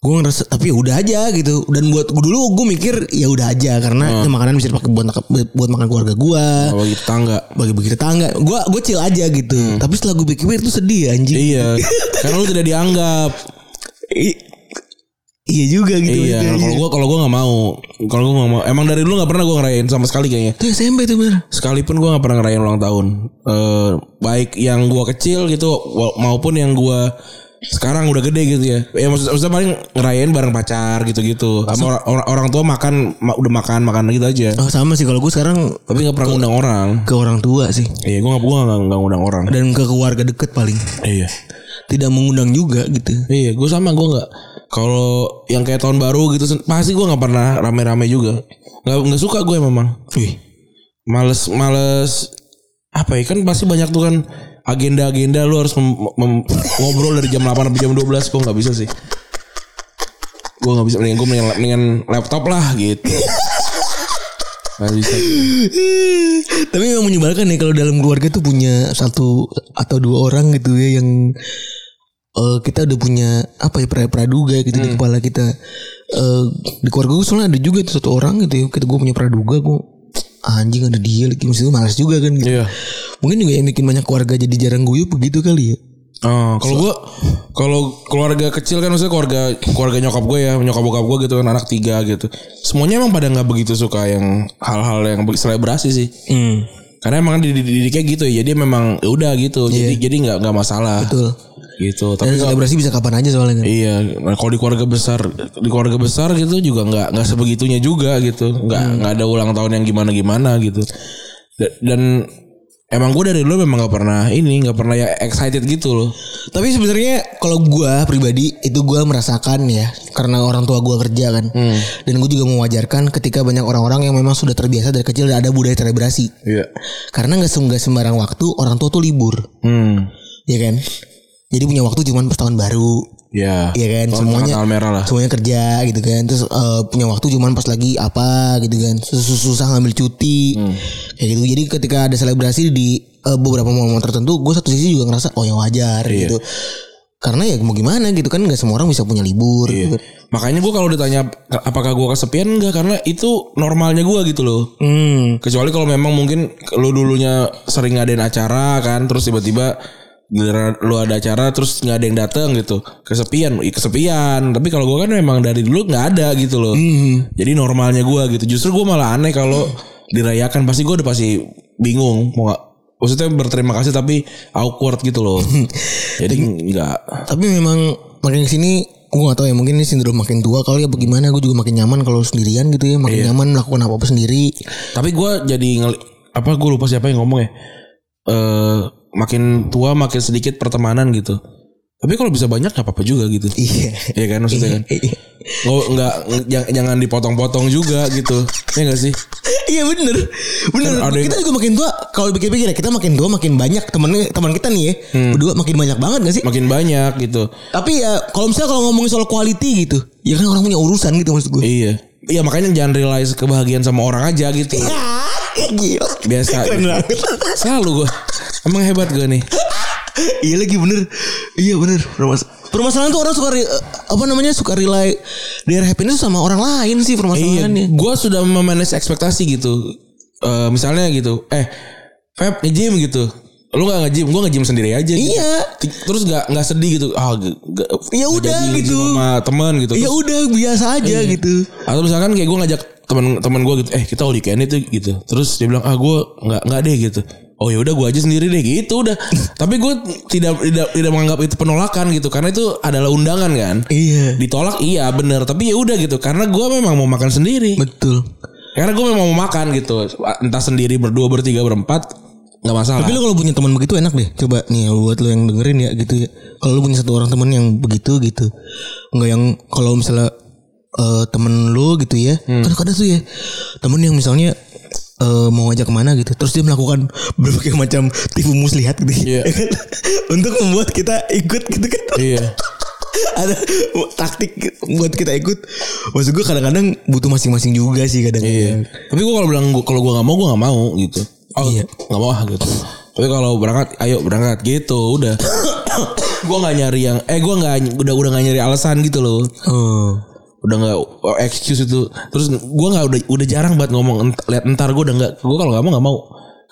Speaker 2: gue ngerasa tapi ya udah aja gitu dan buat dulu gue mikir ya udah aja
Speaker 3: Ah.
Speaker 2: karena ya makanan bisa dipakai buat buat makan keluarga gue
Speaker 3: bagi tetangga
Speaker 2: bagi-bagi tetangga gue gue chill aja gitu tapi setelah gue pikir itu sedih ya, anjing
Speaker 3: Hmm. iya karena lu tidak dianggap
Speaker 2: I- iya juga gitu maksudnya,
Speaker 3: iya kalau
Speaker 2: anjing.
Speaker 3: gua kalau gua nggak mau kalau gua nggak mau emang dari dulu nggak pernah gua ngerayain sama sekali kayaknya
Speaker 2: itu SMP tuh bener
Speaker 3: sekalipun gua nggak pernah ngerayain ulang tahun Eh, baik yang gua kecil gitu wa- maupun yang gua sekarang udah gede gitu ya ya maksud, maksudnya paling ngerayain bareng pacar gitu gitu sama orang- orang orang tua makan ma- udah makan makan gitu aja
Speaker 2: oh sama sih kalau gue sekarang
Speaker 3: tapi nggak pernah ngundang orang
Speaker 2: ke orang tua sih
Speaker 3: iya gua nggak gua nggak nggak ngundang orang
Speaker 2: dan ke keluarga deket paling
Speaker 3: iya
Speaker 2: tidak mengundang juga gitu
Speaker 3: iya gua sama gua nggak kalau yang kayak tahun baru gitu sen- pasti gua nggak pernah rame-rame juga nggak nggak suka gue memang
Speaker 2: Wih,
Speaker 3: males males apa ya kan pasti banyak tuh kan agenda-agenda lu harus mem- mem- ngobrol dari jam 8 sampai jam 12 gua nggak bisa sih gua nggak bisa mendingan gue mendingan, mendingan laptop lah gitu nggak bisa
Speaker 2: Tapi memang menyebalkan ya kalau dalam keluarga tuh punya satu atau dua orang gitu ya yang eh, kita udah punya apa ya pra- praduga gitu
Speaker 3: Hmm.
Speaker 2: di kepala kita. Eh, di keluarga gue soalnya ada juga tuh satu orang gitu ya. Kita gue punya praduga gue anjing ada dia lagi maksudnya malas juga kan gitu.
Speaker 3: iya
Speaker 2: Mungkin juga yang bikin banyak keluarga jadi jarang guyup begitu kali ya.
Speaker 3: Oh, kalau gua kalau keluarga kecil kan maksudnya keluarga keluarga nyokap gue ya, nyokap bokap gue gitu kan anak tiga gitu. Semuanya emang pada nggak begitu suka yang hal-hal yang be- selebrasi sih. Hmm. Karena emang dididiknya gitu ya. Jadi memang ya udah gitu. Jadi jadi nggak nggak masalah.
Speaker 2: Iya. Betul.
Speaker 3: Gitu.
Speaker 2: Dan
Speaker 3: Tapi kalau-
Speaker 2: selebrasi bisa kapan aja soalnya kan.
Speaker 3: iya, nah, kalau di keluarga besar, di keluarga besar gitu juga nggak nggak sebegitunya juga gitu. Nggak
Speaker 2: Hmm.
Speaker 3: nggak ada ulang tahun yang gimana-gimana gitu. Da- Dan emang gue dari dulu memang nggak pernah ini, nggak pernah ya excited gitu loh.
Speaker 2: Tapi sebenarnya kalau gua pribadi itu gua merasakan ya karena orang tua gua kerja kan. Dan gue juga mewajarkan ketika banyak orang-orang yang memang sudah terbiasa dari kecil dan ada budaya selebrasi.
Speaker 3: Iya.
Speaker 2: Karena nggak sem- nggak sembarang waktu orang tua tuh libur,
Speaker 3: Hmm.
Speaker 2: ya kan? Jadi punya waktu cuman pas tahun baru,
Speaker 3: Ya.
Speaker 2: ya kan? semuanya
Speaker 3: tanggal merah lah.
Speaker 2: semuanya kerja gitu kan. Terus eh, punya waktu cuman pas lagi apa gitu kan. Susah, susah ngambil cuti. Kayak gitu. Jadi ketika ada selebrasi di eh, beberapa momen tertentu, gue satu sisi juga ngerasa oh ya wajar gitu. Karena ya mau gimana gitu kan nggak semua orang bisa punya libur. gitu.
Speaker 3: Iya. Makanya gue kalau ditanya apakah gue kesepian enggak karena itu normalnya gue gitu loh.
Speaker 2: Hmm.
Speaker 3: Kecuali kalau memang mungkin lu dulunya sering ngadain acara kan terus tiba-tiba giliran lu ada acara terus nggak ada yang datang gitu. Kesepian, ih, kesepian. Tapi kalau gue kan memang dari dulu nggak ada gitu loh. Jadi normalnya gue gitu. Justru gue malah aneh kalau dirayakan pasti gue udah pasti bingung mau nggak Maksudnya berterima kasih tapi awkward gitu loh. Jadi nggak
Speaker 2: Tapi memang makin kesini gue gak tau ya mungkin ini sindrom makin tua kali apa gimana gue juga makin nyaman kalau sendirian gitu ya
Speaker 3: Iya.
Speaker 2: makin nyaman melakukan apa apa sendiri
Speaker 3: Tapi gue jadi ngeli apa gue lupa siapa yang ngomong ya. Eh makin tua makin sedikit pertemanan gitu. Tapi kalau bisa banyak nggak apa-apa juga gitu.
Speaker 2: iya
Speaker 3: Iya kan maksudnya kan. Nggak nggak jang- jangan dipotong-potong juga gitu. Iya gak sih?
Speaker 2: Iya bener Bener
Speaker 3: Kan ada yang-
Speaker 2: Kita juga makin tua Kalau pikir-pikir ya Kita makin tua makin banyak temen, teman kita nih ya
Speaker 3: Hmm.
Speaker 2: Berdua makin banyak banget gak sih
Speaker 3: Makin banyak gitu.
Speaker 2: Tapi ya Kalau misalnya kalau ngomongin soal quality gitu Ya kan orang punya urusan gitu maksud gue
Speaker 3: Iya. Iya makanya jangan realize kebahagiaan sama orang aja gitu.
Speaker 2: Ah,
Speaker 3: Iya.
Speaker 2: Gila
Speaker 3: Biasa.
Speaker 2: Keren banget
Speaker 3: Selalu gue. Emang hebat gue nih.
Speaker 2: Iya lagi bener Iya bener Permas- Permasalahan tuh orang suka re- eh, Apa namanya Suka rely Their happiness sama orang lain sih
Speaker 3: Iya,
Speaker 2: permasalahannya
Speaker 3: gue sudah memanage ekspektasi gitu. Eh misalnya gitu, eh Feb nge-gym gitu. Lu gak nge-gym, gue nge-gym sendiri aja. gitu.
Speaker 2: Iya
Speaker 3: Ti- Terus gak nggak sedih gitu. Ah, g- g-
Speaker 2: Ya
Speaker 3: nggak
Speaker 2: udah
Speaker 3: jadi
Speaker 2: gitu.
Speaker 3: nge-gym Sama teman gitu.
Speaker 2: Ya
Speaker 3: Terus-
Speaker 2: udah biasa aja gitu
Speaker 3: atau misalkan kayak gue ngajak teman-teman gue gitu, eh kita weekend itu gitu. Terus dia bilang, "Ah, gue nggak nggak deh gitu." Oh ya udah gue aja sendiri deh gitu udah. Tapi gue tidak tidak tidak menganggap itu penolakan gitu karena itu adalah undangan kan.
Speaker 2: Iya
Speaker 3: Ditolak iya bener tapi ya udah gitu karena gue memang mau makan sendiri.
Speaker 2: Betul
Speaker 3: Karena gue memang mau makan gitu. Entah sendiri berdua, bertiga, berempat. Gak masalah.
Speaker 2: Tapi lu kalau punya teman begitu enak deh. Coba nih buat lu yang dengerin ya gitu ya. Kalau lu punya satu orang teman yang begitu gitu. Enggak yang kalau misalnya eh, temen lu gitu ya. Kan kadang tuh ya temen yang misalnya eh, mau ngajak kemana gitu. Terus dia melakukan berbagai macam tipu muslihat gitu.
Speaker 3: Iya.
Speaker 2: ya kan? Untuk membuat kita ikut gitu kan.
Speaker 3: iya.
Speaker 2: Ada taktik buat kita ikut. Maksud gue kadang-kadang butuh masing-masing juga sih kadang.
Speaker 3: Iya. Tapi gue kalau bilang gua- kalau gue gak mau, gue gak mau gitu. Oh,
Speaker 2: Iya.
Speaker 3: Gak mau ah gitu. Tapi kalau berangkat, ayo berangkat gitu, udah. gua nggak nyari yang, eh gua nggak udah udah nggak nyari alasan gitu loh. Udah nggak oh, excuse itu. Terus gua nggak udah udah jarang banget ngomong "Ent- lihat entar gua udah nggak, gua kalau nggak mau nggak mau.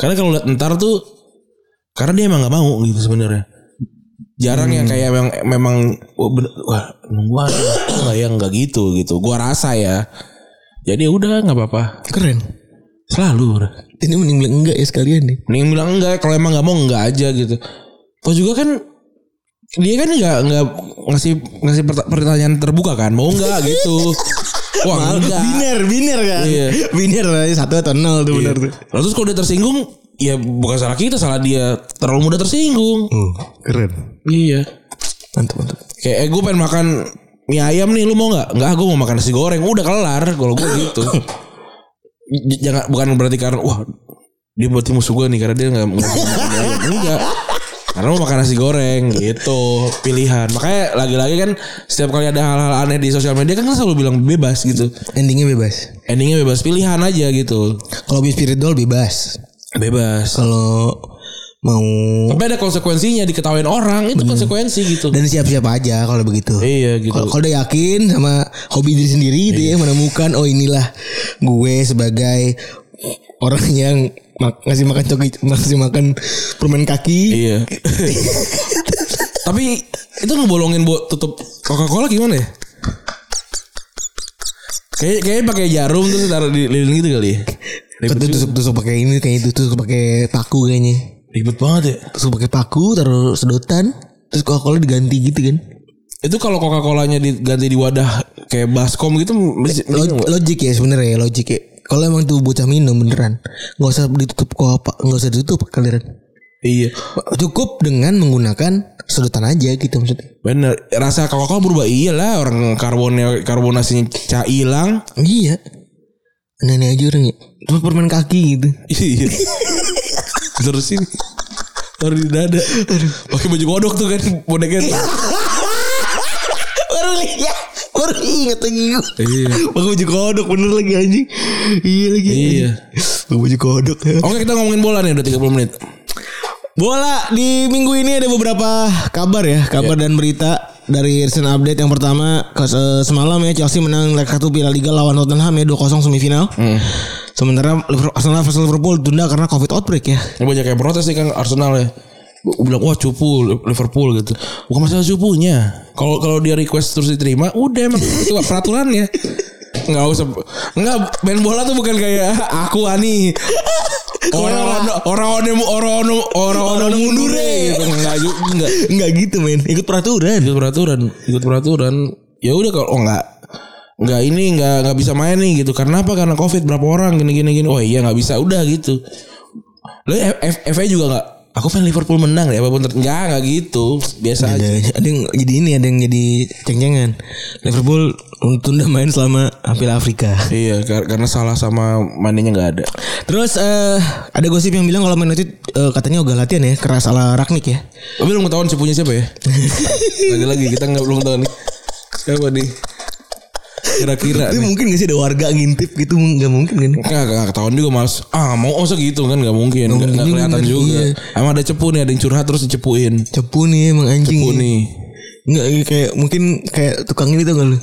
Speaker 3: Karena kalau lihat entar tuh, karena dia emang nggak mau gitu sebenarnya. Jarang yang kayak yang memang wah, bener- wah nunggu aja. nggak yang nggak gitu gitu. Gua rasa ya. Jadi ya udah nggak apa-apa.
Speaker 2: Keren.
Speaker 3: Selalu.
Speaker 2: Ini mending bilang enggak ya sekalian nih.
Speaker 3: Mending bilang enggak kalau emang nggak mau enggak aja gitu. Toh juga kan dia kan nggak nggak ngasih ngasih perta- pertanyaan terbuka kan mau nggak gitu. Wah enggak.
Speaker 2: Biner, biner kan.
Speaker 3: Iya.
Speaker 2: Biner tadi satu atau nol tuh bener tuh.
Speaker 3: Lalu Nah, terus kalau dia tersinggung ya bukan salah kita salah dia terlalu mudah tersinggung.
Speaker 2: Hmm, keren.
Speaker 3: Iya.
Speaker 2: Mantap, mantap.
Speaker 3: Kayak eh gue pengen makan mie ayam nih lu mau nggak? Nggak gue mau makan nasi goreng. Udah kelar kalau gue gitu. J- Jangan bukan berarti karena wah dia berarti musuh gue nih karena dia nggak nggak mau makan mie ayam. enggak. Karena mau makan nasi goreng gitu pilihan. Makanya lagi-lagi kan setiap kali ada hal-hal aneh di sosial media kan selalu bilang bebas gitu.
Speaker 2: Endingnya bebas.
Speaker 3: Endingnya bebas pilihan aja gitu.
Speaker 2: Kalau bis spiritual bebas.
Speaker 3: Bebas.
Speaker 2: Kalau mau
Speaker 3: Tapi ada konsekuensinya diketawain orang itu konsekuensi gitu.
Speaker 2: dan siap-siap aja kalau begitu.
Speaker 3: Iya gitu. Iya.
Speaker 2: Kalau kalau udah yakin sama hobi diri sendiri dia yang menemukan oh inilah gue sebagai orang yang mak- ngasih makan coki ngasih makan permen kaki.
Speaker 3: Iya. Tapi itu ngebolongin buat tutup Coca-Cola gimana ya? Kayak kayaknya pakai jarum terus taruh di lilin gitu kali ya. Ribet,
Speaker 2: Tusuk, tusuk, tusuk pakai ini kayak itu tusuk pakai paku kayaknya.
Speaker 3: ribet banget ya.
Speaker 2: Tusuk pakai paku taruh sedotan terus kalau diganti gitu kan.
Speaker 3: Itu kalau Coca-Colanya diganti di wadah kayak baskom gitu mesti
Speaker 2: Lo- logik ya sebenarnya ya, logik ya. Kalau emang tuh bocah minum beneran, nggak usah ditutup kopak, nggak usah ditutup kalian.
Speaker 3: Iya.
Speaker 2: Cukup dengan menggunakan sedotan aja gitu maksudnya.
Speaker 3: Bener, rasa Coca-Cola berubah iyalah orang karbonnya karbonasinya cah hilang.
Speaker 2: Iya. Aneh-aneh aja orang ya. Terus permen kaki gitu.
Speaker 3: Iya. Terus ini Taruh di dada Pakai baju kodok tuh kan Boneknya
Speaker 2: Baru lihat, baru inget lagi gue.
Speaker 3: Iya
Speaker 2: Pakai baju kodok bener lagi anjing. Iya lagi.
Speaker 3: Iya.
Speaker 2: Pakai baju kodok. ya.
Speaker 3: Oke kita ngomongin bola nih udah 30 menit
Speaker 2: Bola di minggu ini ada beberapa kabar ya, kabar dan berita dari recent update yang pertama ke- eh, semalam ya Chelsea menang leg 1 Piala Liga lawan Tottenham ya 2-0 semifinal. Sementara Liverpool- Arsenal versus Liverpool tunda karena Covid outbreak ya.
Speaker 3: Ini banyak yang protes nih kan Arsenal ya Gue bilang wah cupu Liverpool gitu Bukan masalah cupunya Kalau kalau dia request terus diterima Udah emang itu peraturannya Nggak usah Nggak main bola tuh bukan kayak Aku ani Orang orang orang orang orang orang mundure gitu nggak ju- nggak
Speaker 2: Enggak gitu men, ikut peraturan.
Speaker 3: ikut peraturan ikut peraturan ya udah kalau oh, nggak nggak ini nggak nggak bisa main nih gitu karena apa karena covid berapa orang gini gini gini oh iya nggak bisa udah gitu lo ya, F- FA juga nggak aku pengen Liverpool menang deh apapun ter- nggak nggak gitu biasa aja
Speaker 2: Ada, ada yang jadi ini, ada yang jadi ceng-cengan. Liverpool tunda main selama Piala Afrika.
Speaker 3: iya kar- karena salah sama manenya nggak ada
Speaker 2: Terus eh, ada gosip yang bilang kalau Man United eh, katanya ogah latihan ya, keras ala Ragnik ya.
Speaker 3: tapi belum ketahuan punya siapa ya lagi lagi kita nggak belum tahu nih siapa nih kira-kira
Speaker 2: Tapi
Speaker 3: nih.
Speaker 2: mungkin gak sih ada warga ngintip gitu nggak mungkin kan?
Speaker 3: Nggak, nggak ketahuan juga mas Ah mau oh segitu kan nggak mungkin Nggak
Speaker 2: mungkin
Speaker 3: nggak kelihatan
Speaker 2: juga,
Speaker 3: juga
Speaker 2: iya.
Speaker 3: Emang ada cepu nih Ada yang curhat terus dicepuin
Speaker 2: Cepu nih emang anjing.
Speaker 3: Cepu nih
Speaker 2: Enggak iya, kayak mungkin kayak tukang ini tuh gak lu?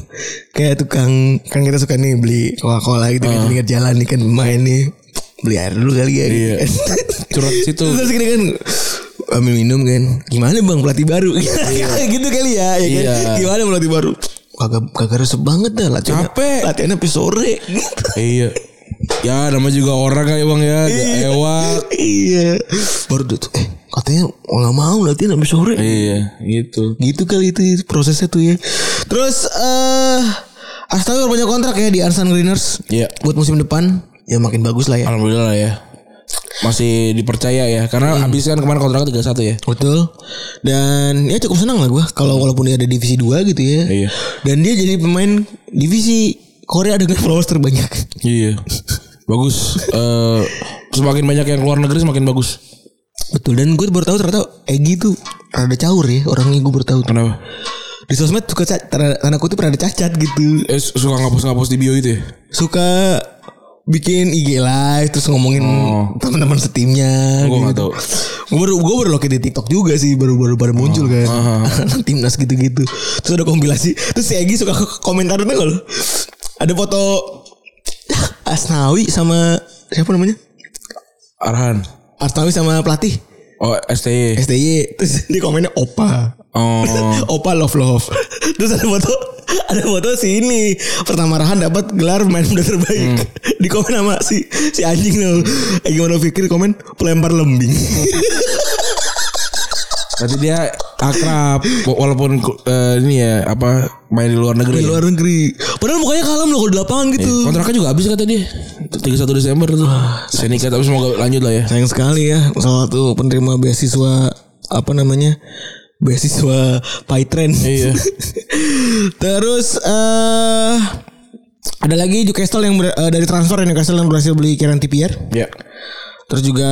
Speaker 2: Kayak tukang kan kita suka nih beli Coca-Cola gitu
Speaker 3: Ah.
Speaker 2: kan di pinggir jalan nih kan main nih beli air dulu kali ya.
Speaker 3: Iya.
Speaker 2: gitu kan.
Speaker 3: Curhat di situ.
Speaker 2: Terus gini kan ambil minum kan. Gimana Bang pelatih baru? gitu kali ya, ya kan?
Speaker 3: Iya.
Speaker 2: Gimana pelatih baru? Kagak kagak resep banget dah latihan.
Speaker 3: Capek.
Speaker 2: Latihannya sampai sore.
Speaker 3: Iya Ya namanya juga orang kali bang ya Dia Ewak
Speaker 2: iya. Baru dia tuh eh katanya oh, nggak mau latihan sampai sore.
Speaker 3: Iya gitu
Speaker 2: Gitu kali itu prosesnya tuh ya. Terus eh Astawi banyak kontrak ya di Arsan Greeners.
Speaker 3: Iya.
Speaker 2: Buat musim depan ya makin bagus lah ya.
Speaker 3: Alhamdulillah lah ya Masih dipercaya ya Karena habis kan kemarin kontrak 31 ya
Speaker 2: Betul. Dan ya cukup senang lah gua kalau walaupun dia ada divisi 2 gitu ya.
Speaker 3: Iya.
Speaker 2: Dan dia jadi pemain divisi Korea dengan followers terbanyak.
Speaker 3: Iya Bagus Eh Semakin banyak yang keluar negeri semakin bagus
Speaker 2: Betul. Dan gue baru tahu ternyata Egi tuh rada caur ya orangnya gue baru tahu. tuh.
Speaker 3: Kenapa?
Speaker 2: Di sosmed suka ca- tanda tanda kutip rada cacat gitu.
Speaker 3: Eh suka ngapus-ngapus di bio itu ya
Speaker 2: Suka bikin IG live terus ngomongin
Speaker 3: Oh.
Speaker 2: teman-teman setimnya gitu.
Speaker 3: Gua nggak tahu.
Speaker 2: gue baru gue baru loket di TikTok juga sih baru baru pada muncul kan anak timnas gitu-gitu terus ada kompilasi terus si Egi suka komentar tuh kalau ada foto Asnawi sama siapa namanya
Speaker 3: Arhan.
Speaker 2: Asnawi sama pelatih
Speaker 3: Oh, STY.
Speaker 2: STY terus di komennya opa
Speaker 3: Oh.
Speaker 2: Opa love love. Terus ada foto ada foto si ini pertama Rahan dapat gelar pemain muda terbaik. Di komen sama si si anjing tuh. Eh, gimana pikir komen pelempar lembing.
Speaker 3: Berarti dia akrab walaupun eh, ini ya apa main di luar
Speaker 2: Di
Speaker 3: negeri. ya?
Speaker 2: luar negeri. Padahal mukanya kalem loh kalau di lapangan gitu.
Speaker 3: Kontraknya juga habis kata dia. 31 Desember tuh.
Speaker 2: Ah.
Speaker 3: Saya nikah tapi semoga lanjut lah ya.
Speaker 2: Sayang sekali ya salah satu penerima beasiswa apa namanya? Beasiswa Pytren.
Speaker 3: Iya.
Speaker 2: Terus eh ada lagi Newcastle yang ber- eh, dari transfer Newcastle yang berhasil beli Kieran Trippier.
Speaker 3: Ya.
Speaker 2: Terus juga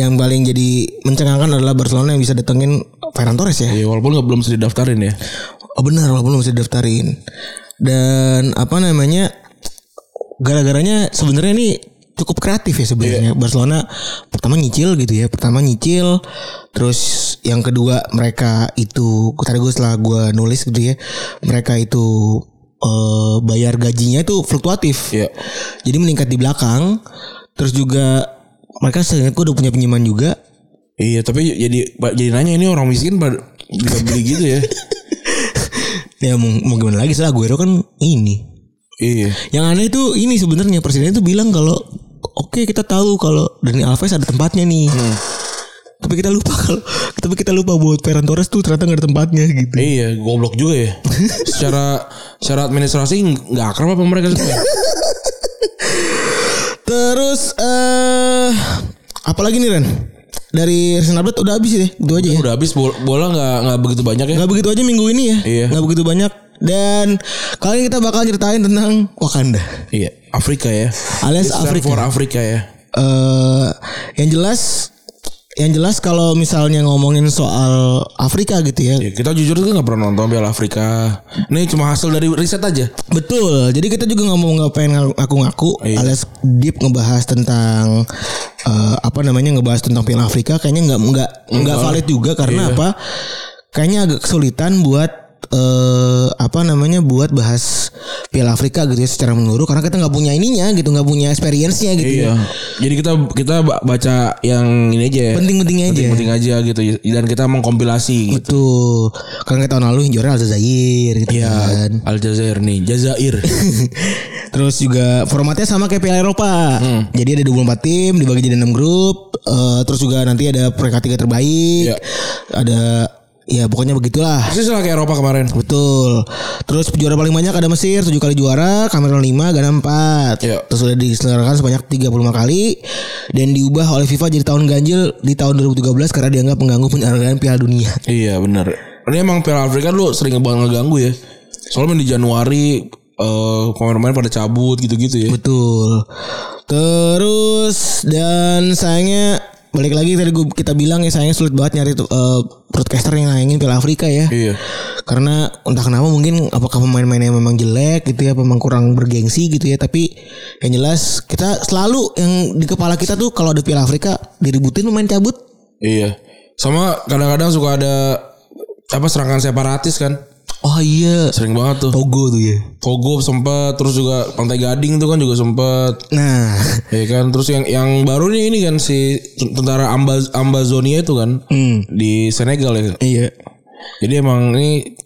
Speaker 2: yang paling jadi mencengangkan adalah Barcelona yang bisa datengin Ferran Torres ya.
Speaker 3: Ya walaupun nggak belum bisa didaftarin ya.
Speaker 2: Oh benar, walaupun belum bisa didaftarin. Dan apa namanya? Gara-garanya sebenarnya ini cukup kreatif ya sebenarnya. Barcelona pertama nyicil gitu ya, pertama nyicil. Terus yang kedua mereka itu tadi gue setelah gue nulis gitu ya, mereka itu eh, bayar gajinya itu fluktuatif.
Speaker 3: Iya.
Speaker 2: Jadi meningkat di belakang. Terus juga mereka seingat gue udah punya pinjaman juga.
Speaker 3: Iya, tapi jadi jadi nanya ini orang miskin pada bisa beli gitu ya.
Speaker 2: Ya mau, mau gimana lagi soalnya Aguero kan ini.
Speaker 3: iya.
Speaker 2: Yang aneh itu ini sebenarnya presiden itu bilang kalau oke kita tahu kalau Dani Alves ada tempatnya nih. Tapi kita lupa kalau tapi kita lupa buat Ferran Torres tuh ternyata nggak ada tempatnya gitu.
Speaker 3: Iya, goblok juga ya. secara secara administrasi nggak akrab apa mereka semua.
Speaker 2: Terus eh apalagi nih Ren? Dari Arsenal Blood udah habis ya, itu aja ya.
Speaker 3: Udah habis bol- bola nggak nggak begitu banyak ya.
Speaker 2: Nggak begitu aja minggu ini ya.
Speaker 3: Iya.
Speaker 2: Nggak begitu banyak. Dan kali ini kita bakal ceritain tentang Wakanda.
Speaker 3: Iya, Afrika ya.
Speaker 2: Alias
Speaker 3: It's time
Speaker 2: Afrika.
Speaker 3: For Afrika ya.
Speaker 2: eh yang jelas yang jelas kalau misalnya ngomongin soal Afrika gitu ya.
Speaker 3: Ya, kita jujur tuh nggak pernah nonton Piala Afrika. Ini cuma hasil dari riset aja.
Speaker 2: Betul. Jadi kita juga nggak mau ngapain ngaku-ngaku
Speaker 3: Iya.
Speaker 2: alias deep ngebahas tentang eh, apa namanya ngebahas tentang Piala Afrika kayaknya nggak nggak
Speaker 3: Iya.
Speaker 2: nggak valid juga karena apa? Kayaknya agak kesulitan buat eh apa namanya buat bahas Piala Afrika gitu ya secara menyeluruh karena kita nggak punya ininya gitu nggak punya experience-nya gitu. ya.
Speaker 3: Iya. Jadi kita kita ba- baca yang ini aja ya.
Speaker 2: Penting-pentingnya aja.
Speaker 3: Penting-penting aja gitu dan kita mengkompilasi gitu.
Speaker 2: Betul. Karena kayak tahun lalu juara Aljazair gitu
Speaker 3: Iya.
Speaker 2: kan.
Speaker 3: Ya, Aljazair nih, Jazair.
Speaker 2: Terus juga formatnya sama kayak Piala Eropa. Jadi ada 24 tim dibagi jadi 6 grup. Eh, terus juga nanti ada peringkat tiga terbaik.
Speaker 3: Iya.
Speaker 2: Ada ya pokoknya begitulah.
Speaker 3: Persis lah kayak Eropa kemarin.
Speaker 2: Betul. Terus juara paling banyak ada Mesir 7 kali juara, Kamerun 5, Ghana 4.
Speaker 3: Iya.
Speaker 2: Terus sudah diselenggarakan sebanyak 35 kali dan diubah oleh FIFA jadi tahun ganjil di tahun 2013 karena dianggap mengganggu penyelenggaraan Piala Dunia.
Speaker 3: Iya benar. Ini emang Piala Afrika dulu sering banget ngeganggu ya. Soalnya di Januari eh pemain-pemain pada cabut gitu-gitu ya.
Speaker 2: Betul. Terus dan sayangnya balik lagi tadi gua, kita bilang ya sayangnya sulit banget nyari eh, broadcaster yang nayangin Piala Afrika ya.
Speaker 3: Iya.
Speaker 2: Karena entah kenapa mungkin apakah pemain-pemainnya memang jelek gitu ya, apa memang kurang bergengsi gitu ya, tapi yang jelas kita selalu yang di kepala kita tuh kalau ada Piala Afrika diributin pemain cabut.
Speaker 3: Iya. Sama kadang-kadang suka ada apa serangan separatis kan.
Speaker 2: Oh iya,
Speaker 3: Sering banget tuh.
Speaker 2: Togo tuh ya.
Speaker 3: Togo sempat terus juga Pantai Gading tuh kan juga sempat
Speaker 2: Nah,
Speaker 3: Ya kan, terus yang yang baru nih ini kan si tentara Ambaz Ambazonia itu kan
Speaker 2: hmm,
Speaker 3: di Senegal ya.
Speaker 2: iya.
Speaker 3: Jadi emang ini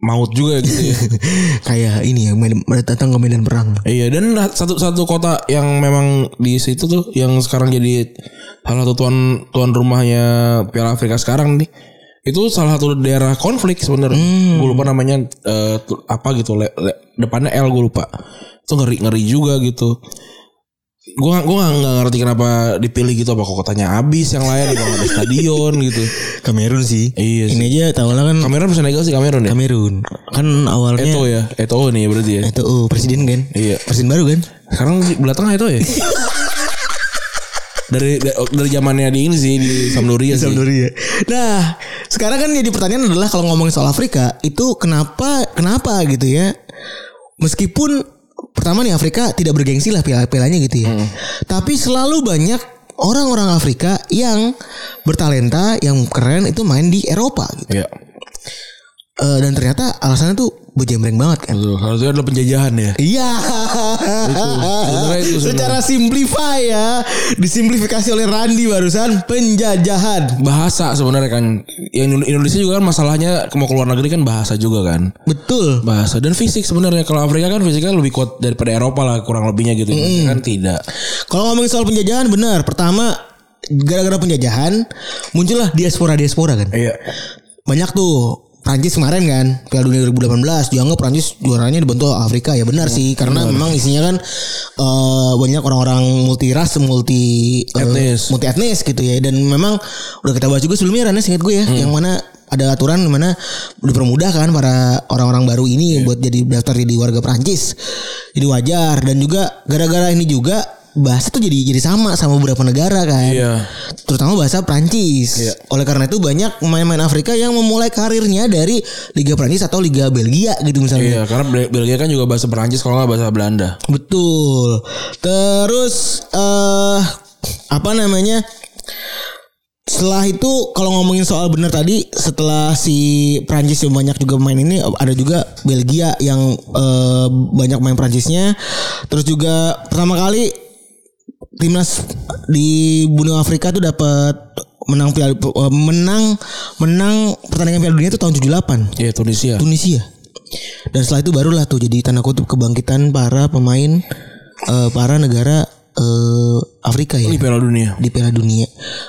Speaker 3: maut juga gitu ya.
Speaker 2: Kayak ini ya, main, datang ke medan perang.
Speaker 3: iya, dan satu satu kota yang memang di situ tuh yang sekarang jadi salah satu tuan tuan rumahnya Piala Afrika sekarang nih. Itu salah satu daerah konflik sebenarnya. Gue lupa namanya eh, tu- apa gitu, le- le- depannya L gue lupa. Itu ngeri-ngeri juga gitu. gue gua nggak nggak ngerti kenapa dipilih gitu apa kok kotanya habis yang lain apa nggak ada stadion gitu
Speaker 2: Kamerun sih.
Speaker 3: iya sih
Speaker 2: Ini aja tahun lalu kan
Speaker 3: Kamerun apa Senegal sih Kamerun ya
Speaker 2: Kamerun kan awalnya
Speaker 3: Eto ya Eto nih berarti ya
Speaker 2: itu oh, presiden kan
Speaker 3: Iya.
Speaker 2: presiden baru kan
Speaker 3: sekarang di belah tengah Eto ya dari da- oh, dari zamannya di ini sih di Sampdoria Iya sih
Speaker 2: Sampdoria nah sekarang kan jadi pertanyaan adalah kalau ngomongin soal Afrika itu kenapa kenapa gitu ya meskipun pertama nih Afrika tidak bergengsi lah piala-pialanya gitu ya. Tapi selalu banyak orang-orang Afrika yang bertalenta, yang keren itu main di Eropa gitu.
Speaker 3: Iya.
Speaker 2: Eh, dan ternyata alasannya tuh berjembreng banget kan.
Speaker 3: Betul. Harusnya adalah penjajahan ya.
Speaker 2: Iya.
Speaker 3: sebenarnya itu sebenarnya.
Speaker 2: Secara simplify ya, disimplifikasi oleh Randi barusan penjajahan.
Speaker 3: Bahasa sebenarnya kan yang Indo- Indonesia juga kan masalahnya mau keluar negeri kan bahasa juga kan.
Speaker 2: Betul.
Speaker 3: Bahasa dan fisik sebenarnya kalau Afrika kan fisiknya lebih kuat daripada Eropa lah kurang lebihnya gitu. Indonesia Kan tidak.
Speaker 2: Kalau ngomongin soal penjajahan benar. Pertama gara-gara penjajahan muncullah diaspora-diaspora kan.
Speaker 3: Iya.
Speaker 2: Banyak tuh Prancis kemarin kan Piala Dunia 2018 dianggap Prancis juaranya dibentuk Afrika ya
Speaker 3: Iya,
Speaker 2: benar sih karena memang isinya kan eh, banyak orang-orang multiras multi eh,
Speaker 3: Etnis.
Speaker 2: multi etnis gitu ya dan memang udah kita bahas juga sebelumnya Rana singkat gue
Speaker 3: Hmm.
Speaker 2: ya yang mana ada aturan di mana dipermudah kan para orang-orang baru
Speaker 3: Iya.
Speaker 2: ini buat jadi daftar jadi warga Prancis jadi wajar dan juga gara-gara ini juga bahasa tuh jadi jadi sama sama beberapa negara kan
Speaker 3: Iya.
Speaker 2: terutama bahasa Prancis. Oleh karena itu banyak pemain-pemain Afrika yang memulai karirnya dari Liga Prancis atau Liga Belgia gitu misalnya.
Speaker 3: Iya, karena Bel- Belgia kan juga bahasa Perancis kalau nggak bahasa Belanda.
Speaker 2: Betul. Terus eh apa namanya? Setelah itu kalau ngomongin soal benar tadi setelah si Prancis yang banyak juga main ini ada juga Belgia yang eh, banyak main Prancisnya. Terus juga pertama kali timnas di benua Afrika tuh dapat menang piala eh, menang menang pertandingan Piala Dunia itu tahun 78.
Speaker 3: Iya, Tunisia.
Speaker 2: Tunisia. Dan setelah itu barulah tuh jadi tanda kutip kebangkitan para pemain eh, para negara eh, Afrika ya
Speaker 3: Di Piala Dunia.
Speaker 2: di Piala Dunia.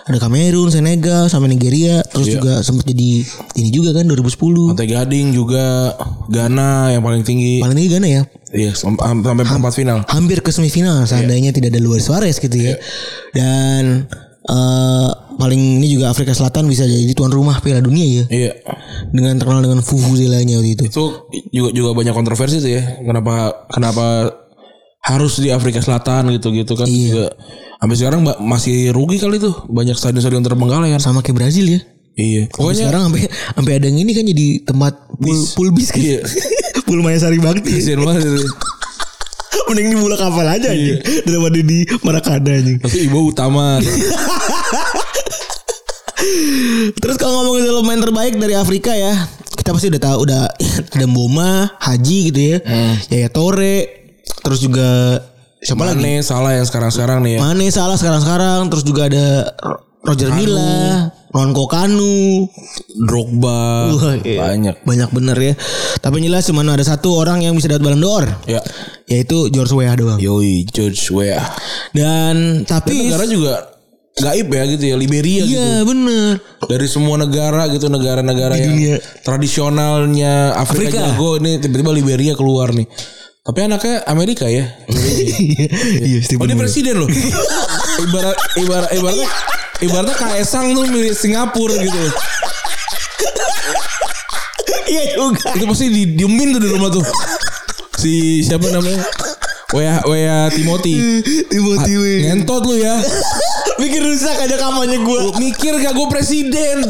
Speaker 2: Ada Kamerun, Senegal, sama Nigeria, terus juga sempat jadi ini juga kan 2010.
Speaker 3: Pantai Gading juga Ghana yang paling tinggi.
Speaker 2: Paling tinggi Ghana ya,
Speaker 3: Iya, sam- ham- sampai perempat final.
Speaker 2: hampir ke semifinal seandainya tidak ada luar Suarez gitu ya. Dan eh, paling ini juga Afrika Selatan bisa jadi tuan rumah Piala Dunia ya.
Speaker 3: Iya.
Speaker 2: Dengan terkenal dengan Vuvuzelanya waktu itu.
Speaker 3: Itu juga juga banyak kontroversi tuh ya. Kenapa kenapa harus di Afrika Selatan gitu-gitu kan
Speaker 2: Iya.
Speaker 3: juga. Sampai sekarang ba- masih rugi kali tuh banyak stadion-stadion terbengkalai kan.
Speaker 2: Sama kayak Brazil ya.
Speaker 3: Iya.
Speaker 2: Tapi
Speaker 3: Pokoknya
Speaker 2: sekarang sampai sampai ada yang ini kan jadi tempat pul pul bis kan.
Speaker 3: Iya.
Speaker 2: pul Maya Sari Bakti.
Speaker 3: kasihan banget itu.
Speaker 2: Mending di bola kapal
Speaker 3: Iya.
Speaker 2: aja anjing. daripada di Marakana anjing.
Speaker 3: Tapi ibu utama.
Speaker 2: Iya, Terus kalau ngomongin soal pemain terbaik dari Afrika ya, kita pasti udah tahu udah Demboma, Haji gitu ya.
Speaker 3: Hmm.
Speaker 2: Yaya Tore, terus juga siapa lagi?
Speaker 3: Mane salah yang sekarang-sekarang nih ya.
Speaker 2: Mane salah sekarang-sekarang, terus juga ada Ro- Roger Milla, Ron Kokanu,
Speaker 3: Drogba.
Speaker 2: Wah, iya.
Speaker 3: Ah, Banyak.
Speaker 2: banyak bener ya. Tapi yang jelas cuma ada satu orang yang bisa dapat Ballon d'Or,
Speaker 3: Ya.
Speaker 2: yaitu George Weah doang.
Speaker 3: Yoi, George Weah.
Speaker 2: Dan tapi
Speaker 3: Iya. Negara juga gaib ya gitu ya, Liberia gitu.
Speaker 2: iya bener.
Speaker 3: dari semua negara gitu negara-negara yang
Speaker 2: dunia.
Speaker 3: tradisionalnya Afrika,
Speaker 2: Afrika.
Speaker 3: jago ini tiba-tiba Liberia keluar nih tapi anaknya Amerika ya
Speaker 2: Iya, iya
Speaker 3: oh
Speaker 2: Stephen
Speaker 3: dia
Speaker 2: Miller.
Speaker 3: presiden loh ibarat ibarat ibaratnya ibaratnya Kaesang tuh milik Singapura gitu
Speaker 2: Iya juga.
Speaker 3: itu pasti didiemin tuh di rumah tuh si siapa namanya Wea Wea Timothy
Speaker 2: Timothy Weah.
Speaker 3: ngentot lu ya
Speaker 2: Bikin Ah, rusak ada kampanye gue.
Speaker 3: Lu mikir gak gue presiden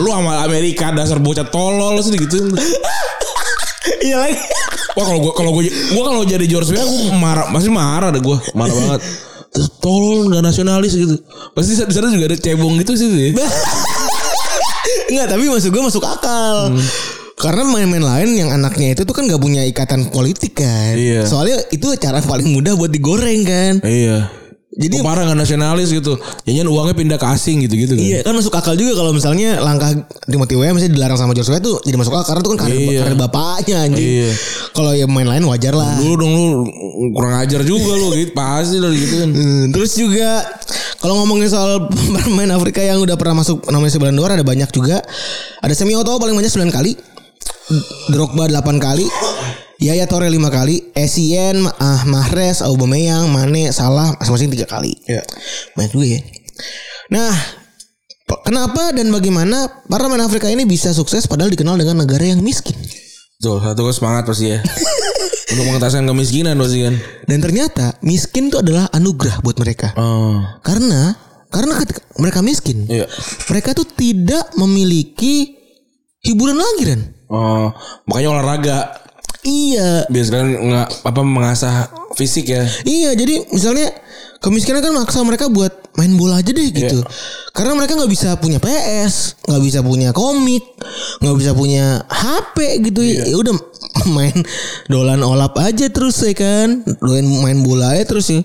Speaker 3: lu sama Amerika dasar bocah tolol lu gitu
Speaker 2: Iya lagi.
Speaker 3: Wah kalau gue kalau gue gue kalau jadi George Weah gue marah masih marah deh gue marah banget. Tolong gak nasionalis gitu. Pasti di sana juga ada cebong gitu sih. sih.
Speaker 2: Enggak tapi maksud gue masuk akal.
Speaker 3: Hmm.
Speaker 2: Karena main-main lain yang anaknya itu tuh kan gak punya ikatan politik kan.
Speaker 3: Iya.
Speaker 2: Soalnya itu cara paling mudah buat digoreng kan.
Speaker 3: Iya. Jadi
Speaker 2: Jadi-
Speaker 3: marah gak nasionalis gitu. Jangan uangnya pindah ke asing gitu gitu.
Speaker 2: Iya kan masuk akal juga kalau misalnya langkah Timothy Weah misalnya dilarang sama George Weah tuh jadi masuk akal karena itu kan karir,
Speaker 3: Iya.
Speaker 2: karir bapaknya anjing.
Speaker 3: Iya.
Speaker 2: Kalau yang main lain wajar lah.
Speaker 3: Dulu dong lu kurang ajar juga lu gitu. Pasti lu gitu kan.
Speaker 2: Hmm, terus juga kalau ngomongin soal pemain Afrika yang udah pernah masuk nominasi Ballon d'Or ada banyak juga. Ada Semi Otoho paling banyak 9 kali. Drogba 8 kali. Yaya Torre 5 kali, Essien, ah, Mahrez, Aubameyang, Mane, Salah masing-masing 3 kali.
Speaker 3: Iya.
Speaker 2: Banyak juga ya. Nah, pe- kenapa dan bagaimana para pemain Afrika ini bisa sukses padahal dikenal dengan negara yang miskin?
Speaker 3: Tuh satu gue semangat pasti ya. Untuk mengentaskan kemiskinan pasti kan.
Speaker 2: Dan ternyata miskin itu adalah anugerah buat mereka.
Speaker 3: Oh.
Speaker 2: Karena karena ketika mereka miskin,
Speaker 3: Iya.
Speaker 2: mereka tuh tidak memiliki hiburan lagi Ren.
Speaker 3: Oh, makanya olahraga.
Speaker 2: Iya,
Speaker 3: Biasanya nggak apa mengasah fisik ya.
Speaker 2: Iya jadi misalnya kemiskinan kan maksa mereka buat main bola aja deh gitu.
Speaker 3: Iya.
Speaker 2: Karena mereka nggak bisa punya PS, nggak bisa punya komik, nggak bisa punya HP gitu.
Speaker 3: Iya.
Speaker 2: Ya udah main dolan olap aja terus ya kan. Doain main bola aja terus ya.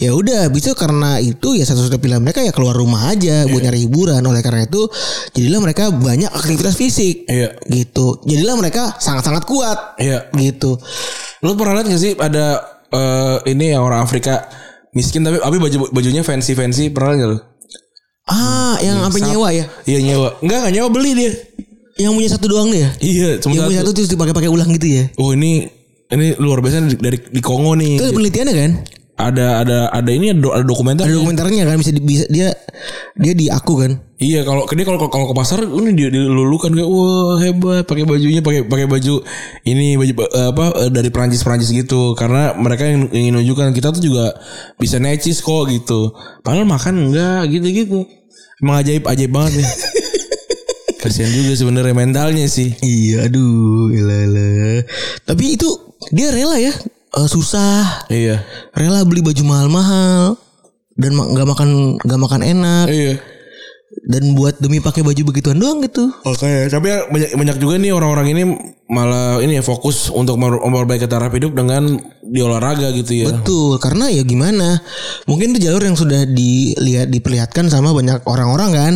Speaker 2: Ya udah bisa karena itu ya satu-satunya pilihan mereka ya keluar rumah
Speaker 3: Iya.
Speaker 2: aja buat nyari hiburan. Oleh karena itu jadilah mereka banyak aktivitas fisik.
Speaker 3: Iya.
Speaker 2: Gitu. Jadilah mereka sangat-sangat kuat.
Speaker 3: Iya.
Speaker 2: Gitu.
Speaker 3: Lu pernah lihat gak sih ada eh, ini yang orang Afrika miskin tapi tapi baju bajunya fancy fancy pernah lihat gak lu?
Speaker 2: Ah, yang sampai nyewa ya.
Speaker 3: Iya nyewa. Enggak enggak nyewa beli dia.
Speaker 2: Yang punya satu doang deh ya?
Speaker 3: Iya cuma
Speaker 2: Yang punya
Speaker 3: satu.
Speaker 2: satu terus dipakai-pakai ulang gitu ya?
Speaker 3: Oh ini ini luar biasa di- dari di Kongo nih.
Speaker 2: Itu ada penelitiannya kan?
Speaker 3: Ada ada ada ini ada, do- ada dokumenter.
Speaker 2: Ada dokumenternya kan bisa, di, bisa dia dia di aku kan?
Speaker 3: Iya kalau dia kalau kalau ke pasar ini dia dilulukan kayak wah hebat pakai bajunya pakai pakai baju ini baju eh, apa eh, dari Perancis Perancis gitu karena mereka yang ingin nunjukkan kita tuh juga bisa necis kok gitu padahal makan enggak gitu gitu emang ajaib ajaib banget nih kasihan juga sebenarnya mentalnya sih
Speaker 2: Iya, aduh, elah, elah. Tapi itu dia rela ya, eh, susah,
Speaker 3: iya
Speaker 2: rela beli baju mahal-mahal dan ma- nggak makan nggak makan enak
Speaker 3: iya
Speaker 2: dan buat demi pakai baju begituan doang gitu.
Speaker 3: Oke, tapi ya banyak banyak juga nih orang-orang ini malah ini ya fokus untuk mer- memperbaiki taraf hidup dengan di olahraga gitu ya.
Speaker 2: Betul, karena ya gimana? Mungkin itu jalur yang sudah dilihat diperlihatkan sama banyak orang-orang kan.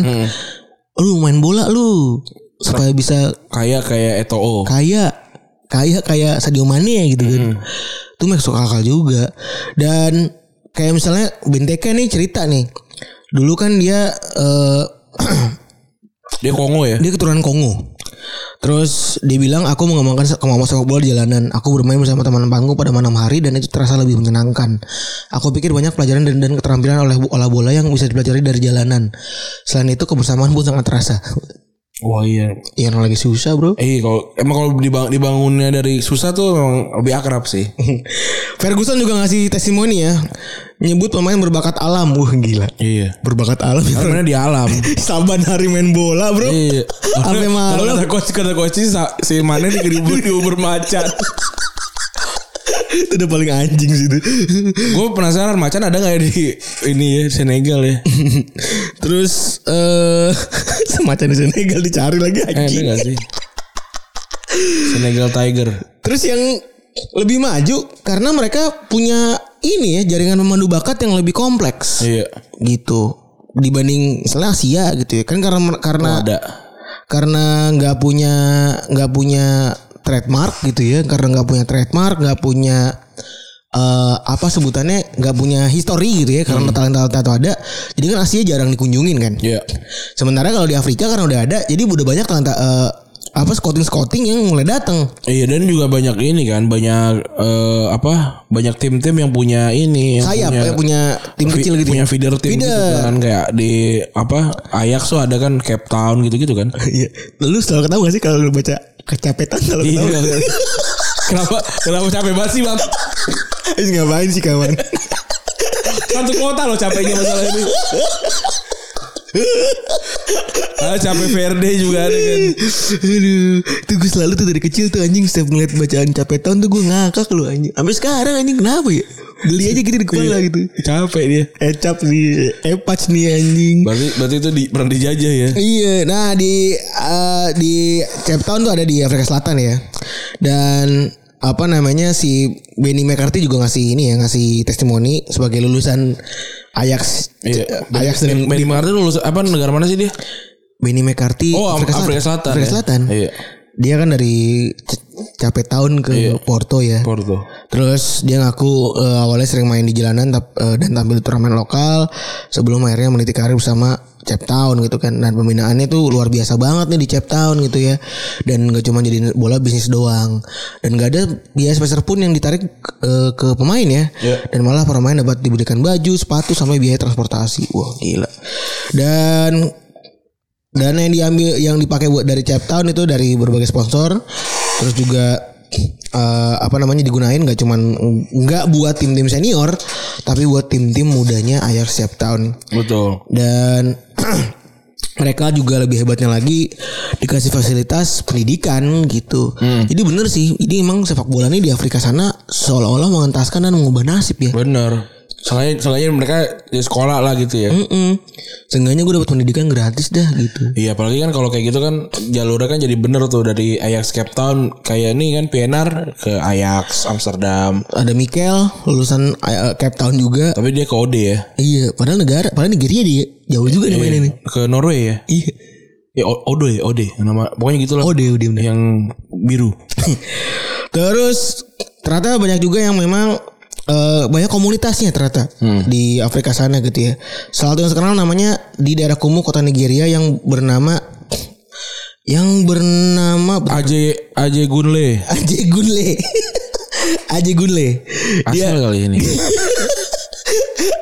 Speaker 2: Lu main bola lu supaya bisa
Speaker 3: Kayak kayak Eto'o.
Speaker 2: kaya kaya kayak Sadio Mane ya gitu kan. Itu masuk akal juga. Dan kayak misalnya Benteke nih cerita nih. Dulu kan dia eh,
Speaker 3: Dia Kongo ya.
Speaker 2: dia keturunan Kongo. Terus dia bilang aku mengembangkan se- kemampuan sepak bola di jalanan. Aku bermain bersama teman panggung pada malam hari dan itu terasa lebih menyenangkan. Aku pikir banyak pelajaran dan, dan keterampilan oleh olah bola yang bisa dipelajari dari jalanan. Selain itu kebersamaan pun sangat terasa.
Speaker 3: Wah iya.
Speaker 2: Yang lagi susah bro.
Speaker 3: Eh kalau emang kalau dibang- dibangunnya dari susah tuh memang lebih akrab sih.
Speaker 2: Ferguson juga ngasih testimoni ya. Nyebut pemain berbakat alam. Wah gila.
Speaker 3: iya.
Speaker 2: Berbakat alam.
Speaker 3: Karena di alam.
Speaker 2: Saban hari main bola bro.
Speaker 3: iya.
Speaker 2: Sampai
Speaker 3: Kalau
Speaker 2: malam.
Speaker 3: kata coach kata coach sih, sa- si mana dikeribu di Uber macan.
Speaker 2: Itu udah paling anjing sih itu.
Speaker 3: Gue penasaran macan ada nggak di ini ya Senegal ya?
Speaker 2: Terus eh semacam di Senegal dicari lagi
Speaker 3: Eh, ada
Speaker 2: anjing.
Speaker 3: nggak sih? Senegal Tiger.
Speaker 2: Terus yang lebih maju karena mereka punya ini ya jaringan pemandu bakat yang lebih kompleks.
Speaker 3: Iya.
Speaker 2: Gitu. Dibanding misalnya Asia gitu ya. Kan karena karena
Speaker 3: Oh, Ada.
Speaker 2: karena nggak punya nggak punya trademark gitu ya karena nggak punya trademark nggak punya eh, apa sebutannya nggak punya history gitu ya karena talenta-talenta itu ada jadi kan Asia jarang dikunjungin kan
Speaker 3: Hmm. Iya.
Speaker 2: sementara kalau di Afrika karena udah ada jadi udah banyak talenta eh, apa scouting scouting yang mulai datang
Speaker 3: Iya dan juga banyak ini kan banyak eh, apa banyak tim-tim yang punya ini yang
Speaker 2: sayap
Speaker 3: punya,
Speaker 2: eh, punya tim
Speaker 3: fi-
Speaker 2: kecil gitu
Speaker 3: punya
Speaker 2: ya.
Speaker 3: feeder tim gitu
Speaker 2: Feeder.
Speaker 3: kan kayak di apa Ajax tuh ada kan Cape Town gitu-gitu kan.
Speaker 2: Iya. lu selalu ketahu gak sih kalau lu baca kecapetan kalau
Speaker 3: Iya.
Speaker 2: ketahu
Speaker 3: kenapa kenapa capek banget sih bang?
Speaker 2: Ih, ngapain sih kawan
Speaker 3: Satu Kan kota loh capeknya masalah ini. Ah, capek Verde juga ada kan.
Speaker 2: Aduh, tuh gue selalu tuh dari kecil tuh anjing setiap ngeliat bacaan capeton tuh gue ngakak lu anjing. Sampai sekarang anjing kenapa ya? Geli aja gitu di kepala
Speaker 3: Iya.
Speaker 2: gitu.
Speaker 3: Capek dia.
Speaker 2: Ecap nih, epac nih anjing.
Speaker 3: Berarti berarti itu di, pernah dijajah ya.
Speaker 2: Iya, nah di eh, di Cape Town tuh ada di Afrika Selatan ya. Dan apa namanya si Benny McCarthy juga ngasih ini ya, ngasih testimoni sebagai lulusan Ajax
Speaker 3: Iya.
Speaker 2: Ajax dan
Speaker 3: Benny Martin lulus apa negara mana sih dia?
Speaker 2: Benny McCarthy
Speaker 3: Oh, Afrika Selatan.
Speaker 2: Afrika
Speaker 3: ya.
Speaker 2: Selatan.
Speaker 3: Iya.
Speaker 2: Dia kan dari C- Cape Town ke Porto ya.
Speaker 3: Porto.
Speaker 2: Terus dia ngaku eh, awalnya sering main di jalanan tap- eh, dan tampil di turnamen lokal sebelum akhirnya meniti karir bersama Cape Town gitu kan dan pembinaannya tuh luar biasa banget nih di Cape Town gitu ya dan gak cuma jadi bola bisnis doang dan gak ada biaya sebesar pun yang ditarik eh, ke pemain ya
Speaker 3: Iya.
Speaker 2: dan malah para pemain dapat diberikan baju sepatu sampai biaya transportasi wah gila dan dana yang diambil yang dipakai buat dari Cape Town itu dari berbagai sponsor terus juga eh, apa namanya digunain nggak cuman nggak buat tim-tim senior tapi buat tim-tim mudanya Ajax Cape Town
Speaker 3: Betul.
Speaker 2: dan mereka juga lebih hebatnya lagi dikasih fasilitas pendidikan gitu. Jadi bener sih, ini emang sepak bola nih di Afrika sana seolah-olah mengentaskan dan mengubah nasib ya.
Speaker 3: Bener. Soalnya, soalnya mereka di sekolah lah gitu ya.
Speaker 2: Mm-mm. Seenggaknya gue dapat pendidikan gratis dah gitu.
Speaker 3: Iya apalagi kan kalau kayak gitu kan jalurnya kan jadi bener tuh dari Ajax Cape Town kayak nih kan PNR ke Ajax Amsterdam.
Speaker 2: Ada Mikel lulusan eh, Cape Town juga.
Speaker 3: Tapi dia ke Ode ya.
Speaker 2: Iya, padahal negara, padahal Nigeria dia jauh juga nih mainnya nih.
Speaker 3: Ke Norway ya.
Speaker 2: Iya.
Speaker 3: Ya O- Odo ya Ode nama pokoknya gitulah.
Speaker 2: Oh, dia dia bener.
Speaker 3: Yang biru.
Speaker 2: Terus ternyata banyak juga yang memang eh, banyak komunitasnya ternyata di Afrika sana gitu ya. Salah satu yang terkenal namanya di daerah Kumu kota Nigeria yang bernama yang bernama
Speaker 3: AJ AJ Gunle.
Speaker 2: Aje Gunle. Aje Gunle.
Speaker 3: Asal kali ini.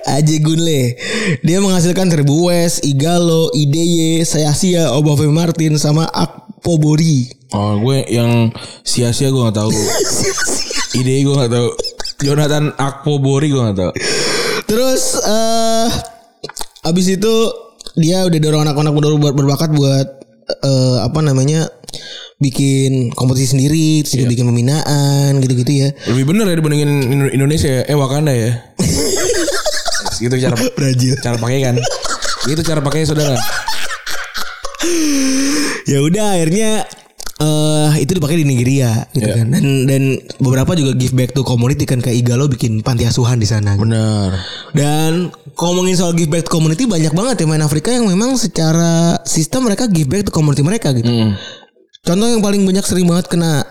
Speaker 2: Aje Gunle. Dia menghasilkan Serbu West, Igalo, Ideye, Sayasia, Obave Martin sama Akpobori.
Speaker 3: Oh gue yang sia-sia gue gak tahu. Ide gue gak tahu. Jonathan Akpo Bori gue gak tahu.
Speaker 2: Terus eh abis itu dia udah dorong anak-anak muda ber- berbakat buat eh, apa namanya bikin kompetisi sendiri, terus juga bikin pembinaan gitu-gitu ya.
Speaker 3: Lebih bener ya dibandingin Indo- Indonesia ya. Eh Wakanda ya. gitu cara
Speaker 2: Brazil.
Speaker 3: cara pakai kan. Itu cara pakai saudara.
Speaker 2: Ya udah akhirnya eh itu dipakai di Nigeria gitu kan. Dan dan beberapa juga give back to community kan kayak Igalo bikin panti asuhan di sana. gitu.
Speaker 3: Bener.
Speaker 2: Dan ngomongin soal give back to community banyak banget ya main Afrika yang memang secara sistem mereka give back to community mereka gitu.
Speaker 3: Hmm.
Speaker 2: Contoh yang paling banyak sering banget kena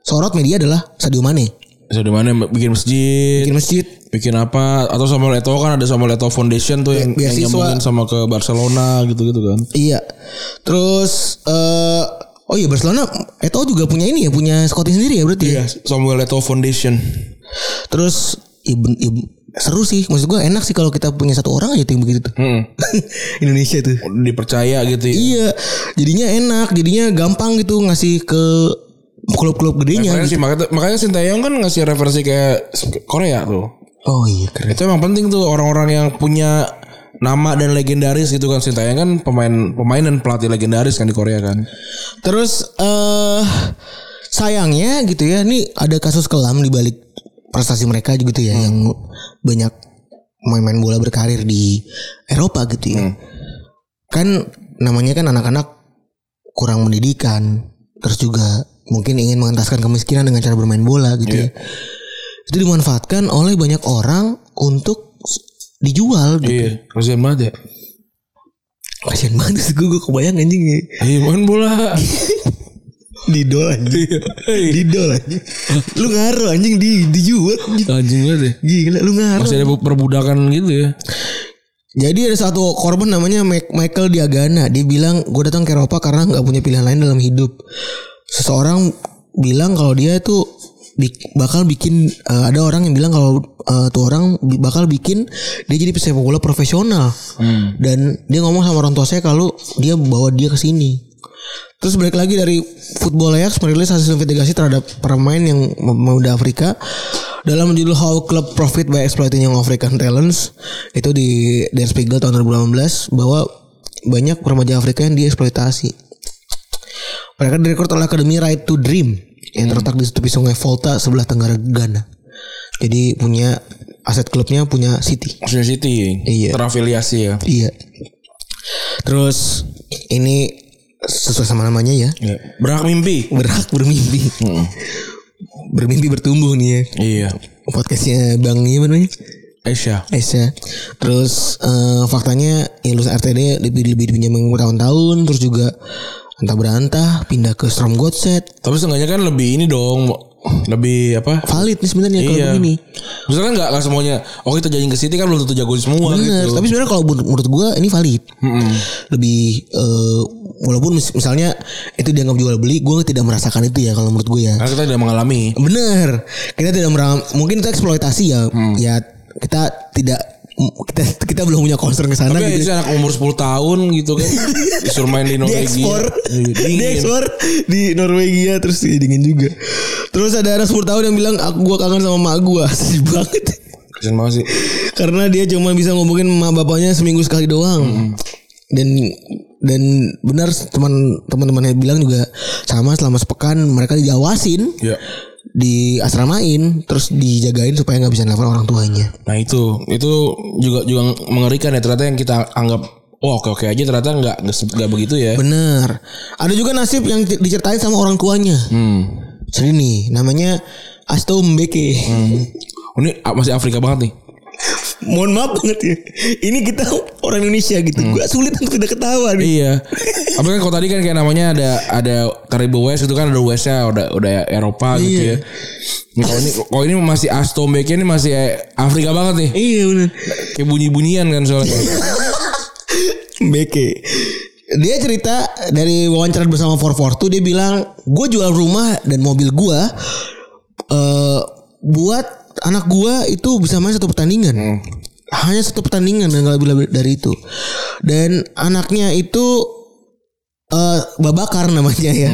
Speaker 2: sorot media adalah Sadio Mane.
Speaker 3: So di mana bikin masjid,
Speaker 2: Bikin masjid
Speaker 3: bikin apa atau Samuel Eto'o kan ada Samuel Eto'o Foundation tuh yang, yang
Speaker 2: Beasiswa.
Speaker 3: nyambungin sama ke Barcelona gitu-gitu kan.
Speaker 2: Iya. Terus eh oh iya Barcelona Eto juga punya ini ya, punya scouting sendiri ya berarti.
Speaker 3: Iya.
Speaker 2: ya?
Speaker 3: Samuel Eto'o Foundation.
Speaker 2: Terus ya ben- ya seru sih. Maksud gua enak sih kalau kita punya satu orang aja tim begitu tuh.
Speaker 3: Hmm.
Speaker 2: Indonesia tuh.
Speaker 3: Dipercaya gitu. ya.
Speaker 2: Iya, jadinya enak, jadinya gampang gitu ngasih ke klub-klub gedenya.
Speaker 3: Referensi makanya, makanya Sintayong kan ngasih referensi kayak Korea tuh.
Speaker 2: Oh iya keren.
Speaker 3: Itu emang penting tuh orang-orang yang punya nama dan legendaris gitu kan Sintayong kan pemain pemain dan pelatih legendaris kan di Korea kan.
Speaker 2: Terus eh sayangnya gitu ya, nih ada kasus kelam di balik prestasi mereka gitu ya yang banyak main-main bola berkarir di Eropa gitu ya. Kan namanya kan anak-anak kurang pendidikan, terus juga mungkin ingin mengentaskan kemiskinan dengan cara bermain bola gitu ya. Itu dimanfaatkan oleh banyak orang untuk s- dijual gitu.
Speaker 3: Iya, kasihan banget ya.
Speaker 2: Kasian banget sih gue, gue kebayang anjing ya.
Speaker 3: Iya, main bola.
Speaker 2: Didol anjing.
Speaker 3: Iya.
Speaker 2: Didol anjing. Lu ngaruh anjing di dijual. anjing.
Speaker 3: Anjing banget ya.
Speaker 2: Gila lu ngaruh.
Speaker 3: Masih ada perbudakan gitu ya.
Speaker 2: Jadi ada satu korban namanya Mac- Michael Diagana. Dia bilang gue datang ke Eropa karena nggak punya pilihan lain dalam hidup. Seseorang bilang kalau dia itu bik- bakal bikin eh, ada orang yang bilang kalau eh, tuh orang bi- bakal bikin dia jadi pesepak bola profesional. Dan dia ngomong sama orang tua saya kalau dia bawa dia ke sini. Terus balik lagi dari Football Ajax merilis hasil investigasi terhadap para pemain yang mem- muda Afrika dalam judul How Club Profit by Exploiting Young African Talents itu di Der Spiegel tahun 2018 bahwa banyak remaja Afrika yang dieksploitasi. Mereka direkrut oleh Akademi Right to Dream yang terletak di tepi sungai Volta sebelah tenggara Ghana. Jadi punya aset klubnya punya City.
Speaker 3: Maksudnya City.
Speaker 2: Iya.
Speaker 3: Terafiliasi ya.
Speaker 2: Iya. Terus ini sesuai sama namanya ya.
Speaker 3: Iya. Berhak mimpi.
Speaker 2: berhak bermimpi bermimpi bertumbuh nih ya
Speaker 3: Iya.
Speaker 2: podcastnya bang ini apa namanya
Speaker 3: Aisyah.
Speaker 2: Aisyah terus eh, faktanya ya, lulusan RTD lebih lebih pinjam bertahun-tahun terus juga antah berantah pindah ke Strom Godset
Speaker 3: Tapi seenggaknya kan lebih ini dong. Lebih apa?
Speaker 2: valid nih sebenarnya kalau begini
Speaker 3: Misalkan nggak nggak semuanya. Oh kita jajan ke City kan belum tentu jago semua
Speaker 2: bener
Speaker 3: gitu.
Speaker 2: tapi sebenarnya kalau menurut, menurut gue ini valid lebih eh, walaupun mis- misalnya itu dianggap jual beli gue tidak merasakan itu ya kalau menurut gue ya
Speaker 3: Karena kita tidak mengalami.
Speaker 2: Bener. Kita tidak merang, mungkin itu eksploitasi ya.
Speaker 3: Hmm.
Speaker 2: Ya kita tidak kita kita belum punya concern ke sana
Speaker 3: Tapi
Speaker 2: gitu.
Speaker 3: Aisyah anak umur 10 tahun gitu kan disuruh main di Norwegia.
Speaker 2: Diekspor,
Speaker 3: Iya, dingin.
Speaker 2: diekspor di Norwegia terus jadi dingin juga. Terus ada anak 10 tahun yang bilang aku gua kangen sama mak gua. Sedih banget.
Speaker 3: Kasian banget sih. Hmm.
Speaker 2: Karena dia cuma bisa ngomongin sama bapaknya seminggu sekali doang. Dan dan benar teman teman-temannya bilang juga sama selama sepekan mereka diawasin
Speaker 3: Ya.
Speaker 2: di asramain terus dijagain supaya nggak bisa nelfon orang tuanya
Speaker 3: Nah itu itu juga juga mengerikan ya ternyata yang kita anggap oh oke oke aja ternyata nggak nggak begitu ya.
Speaker 2: bener ada juga nasib yang di- diceritain sama orang tuanya
Speaker 3: Hmm.
Speaker 2: Sini nih namanya Asto Mbeke
Speaker 3: Oh, ini a- masih Afrika banget nih.
Speaker 2: mohon maaf banget ya ini kita orang Indonesia gitu gua sulit untuk tidak ketawa nih
Speaker 3: Iya. Apa kan kalau tadi kan kayak namanya ada ada Caribou West itu kan ada Westnya udah udah Eropa
Speaker 2: Iya.
Speaker 3: gitu ya. Ini Kalau ini kalau ini masih Aston Beck ini masih eh, Afrika banget nih.
Speaker 2: iya bener
Speaker 3: Kayak bunyi-bunyian kan soalnya.
Speaker 2: Beke. Dia cerita dari wawancara bersama 442 dia bilang gue jual rumah dan mobil gue eh buat anak gue itu bisa main satu pertandingan. Hanya satu pertandingan yang lebih lebih dari itu. Dan anaknya itu eh babakar namanya ya.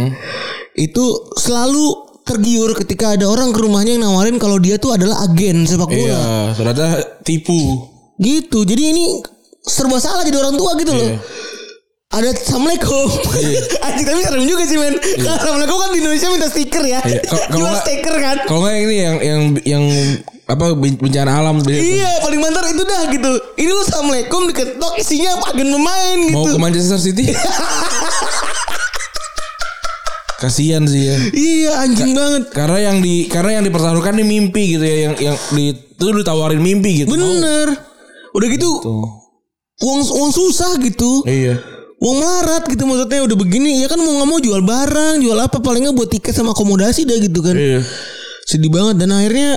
Speaker 2: Itu selalu tergiur ketika ada orang ke rumahnya yang nawarin kalau dia tuh adalah agen sepak bola
Speaker 3: iya, ternyata tipu.
Speaker 2: gitu jadi ini serba salah jadi orang tua gitu loh
Speaker 3: Iya.
Speaker 2: ada assalamualaikum anjing tapi serem juga sih men Kalau assalamualaikum kan di Indonesia minta stiker ya
Speaker 3: Iya, kalau- kalau
Speaker 2: jual
Speaker 3: nggak-
Speaker 2: stiker kan
Speaker 3: Kalau nggak yang ini yang yang yang apa ben- bencana alam
Speaker 2: iya paling banter itu dah gitu ini lo assalamualaikum diketok isinya agen pemain gitu
Speaker 3: mau ke Manchester City. Kasihan sih ya.
Speaker 2: iya anjing banget
Speaker 3: Karena yang di karena yang dipertaruhkan di mimpi gitu ya yang yang di itu ditawarin mimpi gitu.
Speaker 2: bener udah gitu
Speaker 3: Tuh.
Speaker 2: uang uang susah gitu
Speaker 3: Iya.
Speaker 2: uang melarat gitu maksudnya udah begini ya kan mau nggak mau jual barang jual apa palingnya buat tiket sama akomodasi dah gitu kan
Speaker 3: Iya.
Speaker 2: sedih banget dan akhirnya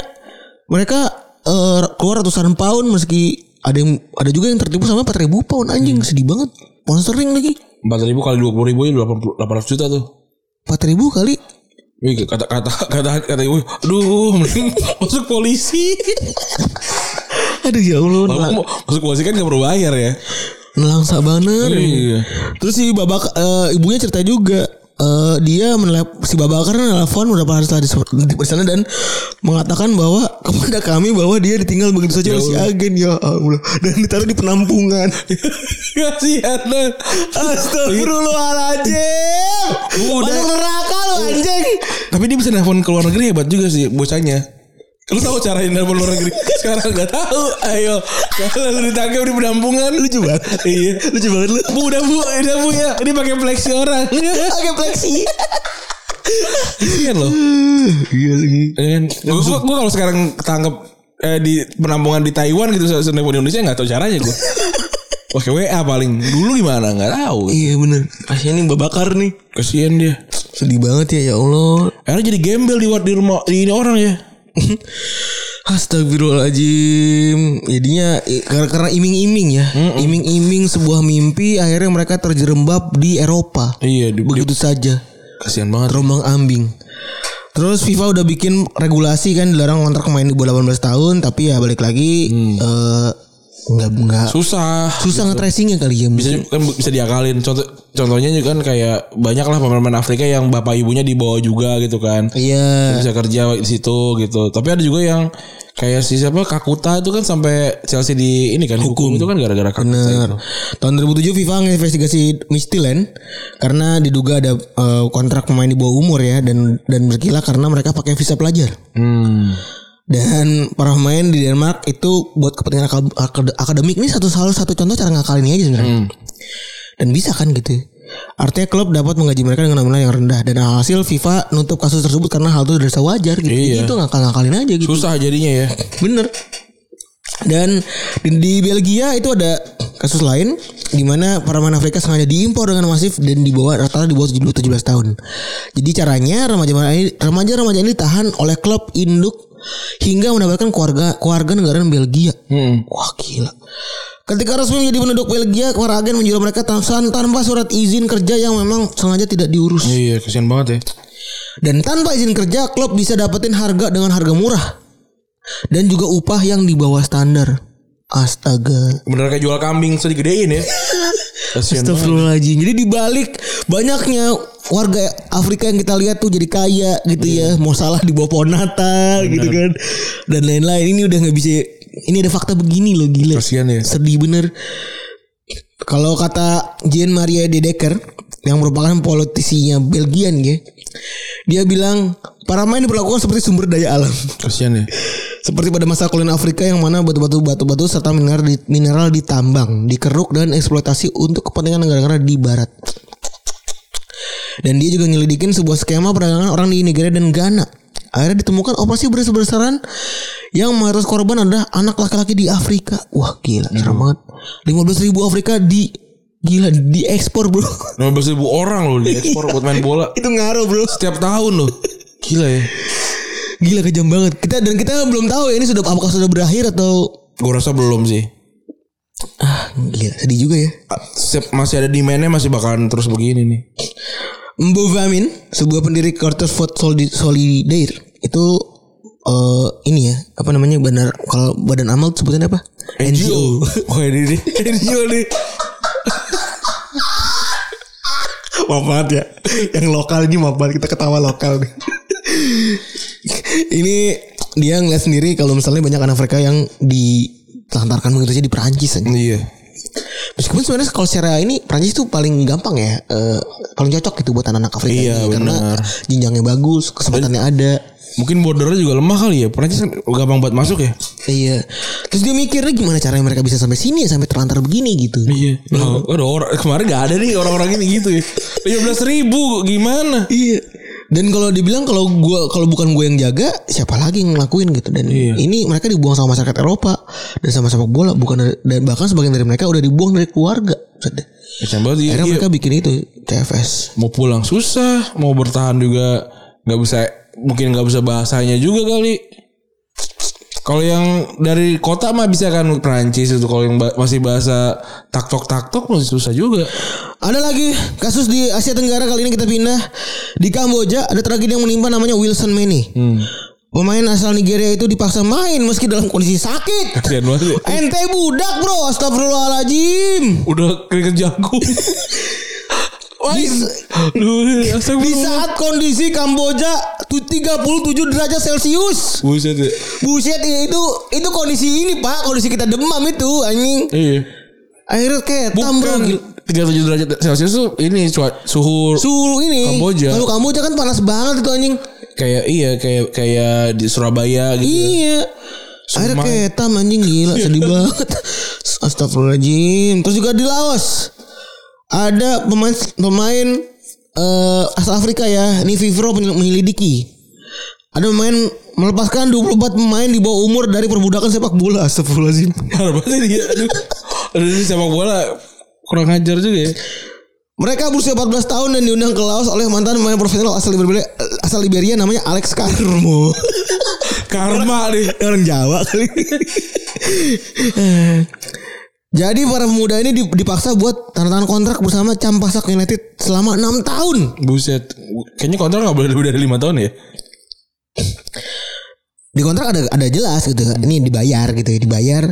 Speaker 2: mereka eh, keluar ratusan pound meski ada yang ada juga yang tertipu sama 4000 pound anjing sedih banget sponsoring lagi
Speaker 3: Empat ribu kali dua puluh ribu ya delapan ratus juta tuh.
Speaker 2: 4000 kali
Speaker 3: Wih, kata kata kata kata ibu, aduh, mending masuk polisi.
Speaker 2: aduh ya Allah nelang-
Speaker 3: Kalau mau masuk polisi kan gak perlu bayar ya.
Speaker 2: nelangsa banget
Speaker 3: Iya.
Speaker 2: terus si babak eh, ibunya cerita juga eh, dia menelep, si babak karena nelfon udah hari setelah di, di sana dan mengatakan bahwa kepada kami bahwa dia ditinggal begitu saja oleh si
Speaker 3: Ya Allah.
Speaker 2: agen ya Allah dan ditaruh di penampungan
Speaker 3: Kasihan lah.
Speaker 2: Astagfirullahaladzim
Speaker 3: Udah.
Speaker 2: Masuk neraka lu anjing
Speaker 3: Tapi dia bisa nelfon ke luar negeri hebat juga sih bocahnya. Lu tahu cara nelfon luar negeri? Sekarang gak tahu. Ayo, kalau lu ditangkap di penampungan lucu banget. Iya.
Speaker 2: Lucu banget lu
Speaker 3: Bu, udah bu, udah bu ya. Ini pakai flexi orang.
Speaker 2: Agak pleksi
Speaker 3: Kasihan loh.
Speaker 2: Iya lagi
Speaker 3: Iya kan? Gue gua, gua kalau sekarang ketangkep eh, di penampungan di Taiwan gitu se- nelfon Indonesia nggak tahu caranya gue. Pakai WA paling. Dulu gimana nggak tahu.
Speaker 2: Iya bener Kasian nih babakar nih
Speaker 3: Kasihan dia.
Speaker 2: Sedih banget ya ya Allah
Speaker 3: Akhirnya jadi gembel di wa- di rumah di ini orang ya.
Speaker 2: Astagfirullahaladzim Jadinya i- kar- karena iming-iming ya Iming-iming sebuah mimpi Akhirnya mereka terjerembab di Eropa
Speaker 3: Iya, di,
Speaker 2: Begitu saja
Speaker 3: kasihan banget.
Speaker 2: Terombang ambing Terus FIFA udah bikin regulasi kan dilarang kontrak main di bawah 18 tahun tapi ya balik lagi eh, nggak nggak
Speaker 3: Susah.
Speaker 2: susah nge-tracingnya kali ya
Speaker 3: Bisa kan bisa diakalin. Contoh contohnya juga kan kayak banyak lah pemain-pemain Afrika yang bapak ibunya dibawa juga gitu kan.
Speaker 2: iya
Speaker 3: Bisa kerja di situ gitu. Tapi ada juga yang kayak si siapa Kakuta itu kan sampai Chelsea di ini kan hukum, itu kan gara-gara Kakuta.
Speaker 2: bener tahun 2007 FIFA menginvestigasi Misthiland karena diduga ada eh, kontrak pemain di bawah umur ya dan dan berkilah karena mereka pakai visa pelajar
Speaker 3: Hmm.
Speaker 2: dan para pemain di Denmark itu buat kepentingan akad- akad- akademik ini satu salah satu contoh cara ngakalinnya aja sebenarnya
Speaker 3: Hmm.
Speaker 2: dan bisa kan gitu artinya klub dapat menggaji mereka dengan nominal yang rendah dan hasil FIFA nutup kasus tersebut karena hal itu dirasa wajar gitu Jadi
Speaker 3: Iya.
Speaker 2: itu ngakal ngakalin aja gitu
Speaker 3: Susah jadinya ya.
Speaker 2: bener dan di, di Belgia itu ada kasus lain di mana para pemain Afrika sengaja diimpor dengan masif dan dibawa rata-rata di bawah 17 tahun. Jadi caranya remaja-remaja ini, remaja-remaja ini ditahan oleh klub induk hingga mendapatkan keluarga keluarga negara Belgia.
Speaker 3: Hmm.
Speaker 2: Wah gila. Ketika resmi menjadi penduduk Belgia, para agen menjual mereka tan- tanpa surat izin kerja yang memang sengaja tidak diurus.
Speaker 3: Iya, kasihan banget ya.
Speaker 2: Dan tanpa izin kerja, klub bisa dapetin harga dengan harga murah. Dan juga upah yang di bawah standar. Astaga.
Speaker 3: Bener kayak jual kambing bisa digedein ya. Kasihan banget.
Speaker 2: Astagfirullahaladzim. Jadi dibalik banyaknya warga Afrika yang kita lihat tuh jadi kaya gitu ya. Mau salah di bawah pohon Natal gitu kan. Dan lain-lain. Ini udah nggak bisa. Ini ada fakta begini loh gila.
Speaker 3: Kasihan ya.
Speaker 2: Sedih bener. Kalau kata Jean Maria De Decker yang merupakan politisinya Belgian ya, dia bilang para main diperlakukan seperti sumber daya alam.
Speaker 3: Kasian ya.
Speaker 2: Seperti pada masa koloni Afrika yang mana batu-batu batu-batu serta mineral di- mineral ditambang, dikeruk dan eksploitasi untuk kepentingan negara-negara di barat. Dan dia juga nyelidikin sebuah skema perdagangan orang di Nigeria dan Ghana. Akhirnya ditemukan operasi besar-besaran yang mayoritas korban adalah anak laki-laki di Afrika. Wah gila, serem banget. 15 ribu Afrika di gila diekspor bro.
Speaker 3: 15 ribu orang loh diekspor buat main bola
Speaker 2: Itu ngaruh bro.
Speaker 3: setiap tahun loh. Gila ya.
Speaker 2: Gila kejam banget. Kita dan kita belum tahu ya ini sudah apakah sudah berakhir atau
Speaker 3: Gue rasa belum sih.
Speaker 2: ah gila sedih juga ya.
Speaker 3: Ah, setiap- masih ada demandnya masih bakalan terus begini nih.
Speaker 2: Mbovamin, sebuah pendiri Quarterfoot Solid Solidair itu eh ini ya apa namanya benar kalau badan amal sebutannya apa?
Speaker 3: NGO. Oh ini nih. NGO nih.
Speaker 2: Maaf banget ya. Yang lokal ini maaf banget kita ketawa lokal nih. ini dia ngeliat sendiri kalau misalnya banyak anak Afrika yang ditelantarkan begitu saja di Perancis aja.
Speaker 3: Iya.
Speaker 2: Meskipun sebenarnya kalau secara ini Prancis tuh paling gampang ya, eh, paling cocok gitu buat anak-anak Afrika
Speaker 3: Iya,
Speaker 2: ini. karena
Speaker 3: benar.
Speaker 2: jenjangnya bagus, kesempatannya ada.
Speaker 3: Mungkin bordernya juga lemah kali ya. Perancis kan gampang buat masuk ya.
Speaker 2: Iya. Terus dia mikirnya gimana caranya mereka bisa sampai sini ya sampai terlantar begini gitu.
Speaker 3: Iya. Nah, ada orang kemarin gak ada nih orang-orang ini gitu ya. 15 ribu gimana?
Speaker 2: Iya. Dan kalau dibilang kalau gua kalau bukan gue yang jaga, siapa lagi yang ngelakuin gitu dan
Speaker 3: Iya.
Speaker 2: ini mereka dibuang sama masyarakat Eropa dan sama sepak bola bukan dari- dan bahkan sebagian dari mereka udah dibuang dari keluarga. Maksudnya.
Speaker 3: Kasian banget iya,
Speaker 2: Akhirnya
Speaker 3: iya.
Speaker 2: mereka bikin itu CFS.
Speaker 3: Mau pulang susah, mau bertahan juga nggak bisa mungkin nggak bisa bahasanya juga kali. Kalau yang dari kota mah bisa kan Perancis itu kalau yang ba- masih bahasa taktok taktok masih susah juga.
Speaker 2: Ada lagi kasus di Asia Tenggara kali ini kita pindah di Kamboja ada tragedi yang menimpa namanya Wilson Mene.
Speaker 3: Hmm.
Speaker 2: Pemain asal Nigeria itu dipaksa main meski dalam kondisi sakit.
Speaker 3: Kasian banget. ya.
Speaker 2: Ente budak bro, astagfirullahaladzim.
Speaker 3: Udah keringet jagung.
Speaker 2: Di,
Speaker 3: Aduh,
Speaker 2: di
Speaker 3: astagfirullah.
Speaker 2: saat kondisi Kamboja tu- 37 derajat Celcius.
Speaker 3: Buset ya.
Speaker 2: Buset ya itu itu kondisi ini Pak, kondisi kita demam itu anjing.
Speaker 3: Iya.
Speaker 2: Akhirnya kayak bro.
Speaker 3: Bukan
Speaker 2: gila.
Speaker 3: 37 derajat Celcius tuh ini cua- suhu
Speaker 2: Suhu ini.
Speaker 3: Kamboja.
Speaker 2: Kalau Kamboja kan panas banget itu anjing.
Speaker 3: kayak iya kayak kayak di Surabaya gitu.
Speaker 2: Iya. Akhirnya kayak tam anjing gila sedih banget. Astagfirullahaladzim. Terus juga di Laos ada pemain pemain eh, asal Afrika ya, ini Vivro penyel- menyelidiki. Ada pemain melepaskan 24 pemain di bawah umur dari perbudakan sepak bola. Astagfirullahaladzim.
Speaker 3: Parah banget ini. Aduh. Aduh ini sepak bola kurang ajar juga ya.
Speaker 2: Mereka berusia 14 tahun dan diundang ke Laos oleh mantan pemain profesional asal Liberia, asal Liberia namanya Alex Carmo.
Speaker 3: Karma nih.
Speaker 2: orang Jawa kali. Jadi para pemuda ini di- dipaksa buat tanda tangan kontrak bersama Campasak United selama enam tahun.
Speaker 3: Buset. Kayaknya kontrak gak boleh lebih dari 5 tahun ya.
Speaker 2: Di kontrak ada ada jelas gitu, ini dibayar gitu, ya, dibayar.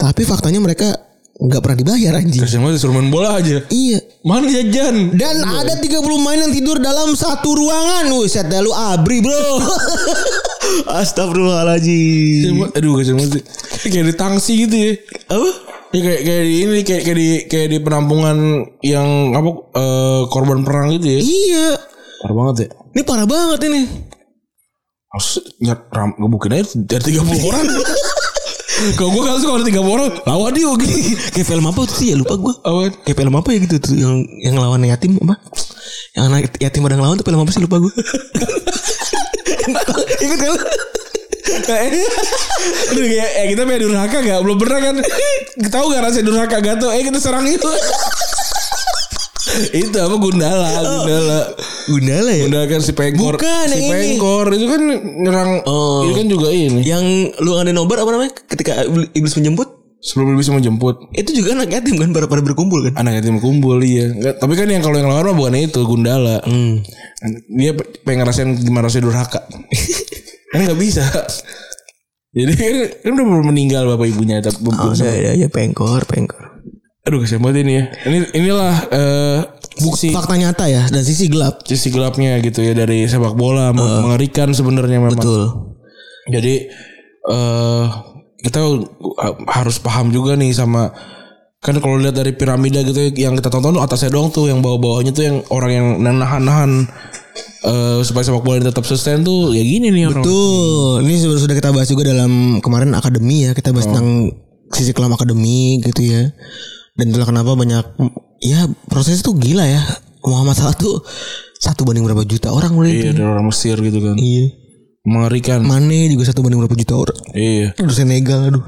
Speaker 2: Tapi faktanya mereka nggak pernah dibayar anjing.
Speaker 3: Kasian banget disuruh main bola aja.
Speaker 2: Iya.
Speaker 3: Mana jajan?
Speaker 2: Dan ada 30 main yang tidur dalam satu ruangan. Buset dah lu abri, Bro.
Speaker 3: Kasian
Speaker 2: Astagfirullahaladzim.
Speaker 3: banget. Aduh kasian banget. sih. Kayak di tangsi gitu ya.
Speaker 2: Apa?
Speaker 3: Ya kayak kayak di ini kayak kayak di kayak di penampungan yang apa eh, korban perang gitu ya.
Speaker 2: Iya.
Speaker 3: Parah banget ya.
Speaker 2: Ini parah banget ini.
Speaker 3: Harus nyat ram gebukin aja dari 30 orang. Kalau gue kan suka ada 30 orang, lawan dia gini.
Speaker 2: Kayak film apa tuh sih ya lupa gue
Speaker 3: Apaan?
Speaker 2: Kayak film apa ya gitu tuh yang yang lawan yatim apa? Yang anak yatim pada ngelawan tuh film apa sih lupa gue. Ingat kan? lu?
Speaker 3: Aduh kayak eh kita punya durhaka gak? Belum pernah kan? Tahu gak rasanya durhaka gato? Eh kita serang itu. itu apa Gundala, Gundala.
Speaker 2: Gundala ya.
Speaker 3: Gundala kan si Pengkor.
Speaker 2: Bukan,
Speaker 3: si
Speaker 2: yang ini.
Speaker 3: Pengkor itu kan nyerang
Speaker 2: Oh.
Speaker 3: itu kan juga ini.
Speaker 2: Yang lu ada nobar apa namanya? Ketika iblis menjemput
Speaker 3: Sebelum bisa menjemput
Speaker 2: itu juga anak yatim kan pada pada berkumpul kan?
Speaker 3: anak yatim kumpul iya. Nggak, tapi kan yang kalau yang lawan mah bukan itu Gundala. Dia pe- pengen ngerasain gimana rasanya durhaka. kan nggak bisa. Jadi kan, kan udah meninggal bapak ibunya tapi belum
Speaker 2: ada ada aja ya, pengkor pengkor.
Speaker 3: Oh, Aduh kesian banget ini ya. Ini inilah eh bukti
Speaker 2: Fakta nyata ya dan sisi gelap.
Speaker 3: sisi gelapnya gitu ya dari sepak bola Meng- mengerikan sebenarnya memang.
Speaker 2: Betul.
Speaker 3: Jadi eh kita harus paham juga nih sama Kan kalau lihat dari piramida gitu yang kita tonton tuh atasnya doang tuh yang bawah-bawahnya tuh yang orang yang nahan-nahan eh, supaya sepak bola ini tetap sustain tuh ya gini nih orang.
Speaker 2: Tuh, ini sudah sudah kita bahas juga dalam kemarin akademi ya, kita bahas tentang sisi kelam akademi gitu ya. Dan itulah kenapa banyak ya proses itu gila ya. Muhammad Salah tuh satu banding berapa juta orang mulai
Speaker 3: Iya, dari orang Mesir gitu kan.
Speaker 2: Iya.
Speaker 3: Mengerikan.
Speaker 2: Mane juga satu banding berapa juta orang.
Speaker 3: Iya.
Speaker 2: Aduh Senegal aduh.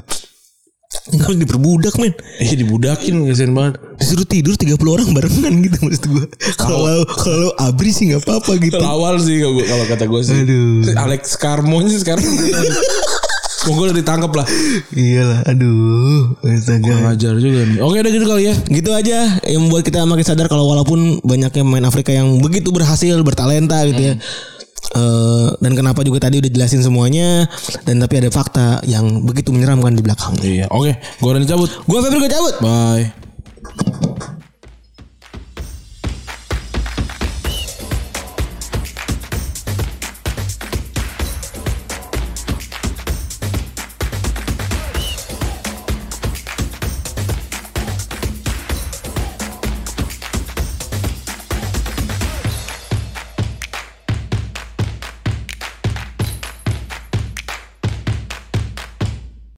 Speaker 2: Senegal diperbudak men.
Speaker 3: Iya dibudakin kesian banget.
Speaker 2: Disuruh tidur 30 orang barengan gitu maksud gua. Kalau kalau abri sih nggak apa-apa gitu.
Speaker 3: Lawal sih kalau gua- kalau kata gue sih.
Speaker 2: Aduh.
Speaker 3: Alex Carmon sih sekarang. Semoga udah ditangkap lah.
Speaker 2: Iyalah aduh. Astaga.
Speaker 3: Ngajar juga nih. Oke udah gitu kali ya.
Speaker 2: gitu aja yang membuat kita makin sadar kalau walaupun banyaknya pemain Afrika yang begitu berhasil bertalenta gitu ya Eh, dan kenapa juga tadi udah jelasin semuanya dan tapi ada fakta yang begitu menyeramkan di belakangnya
Speaker 3: Iya. Oke. Gue udah dicabut.
Speaker 2: gue Febri gue cabut
Speaker 3: Bye.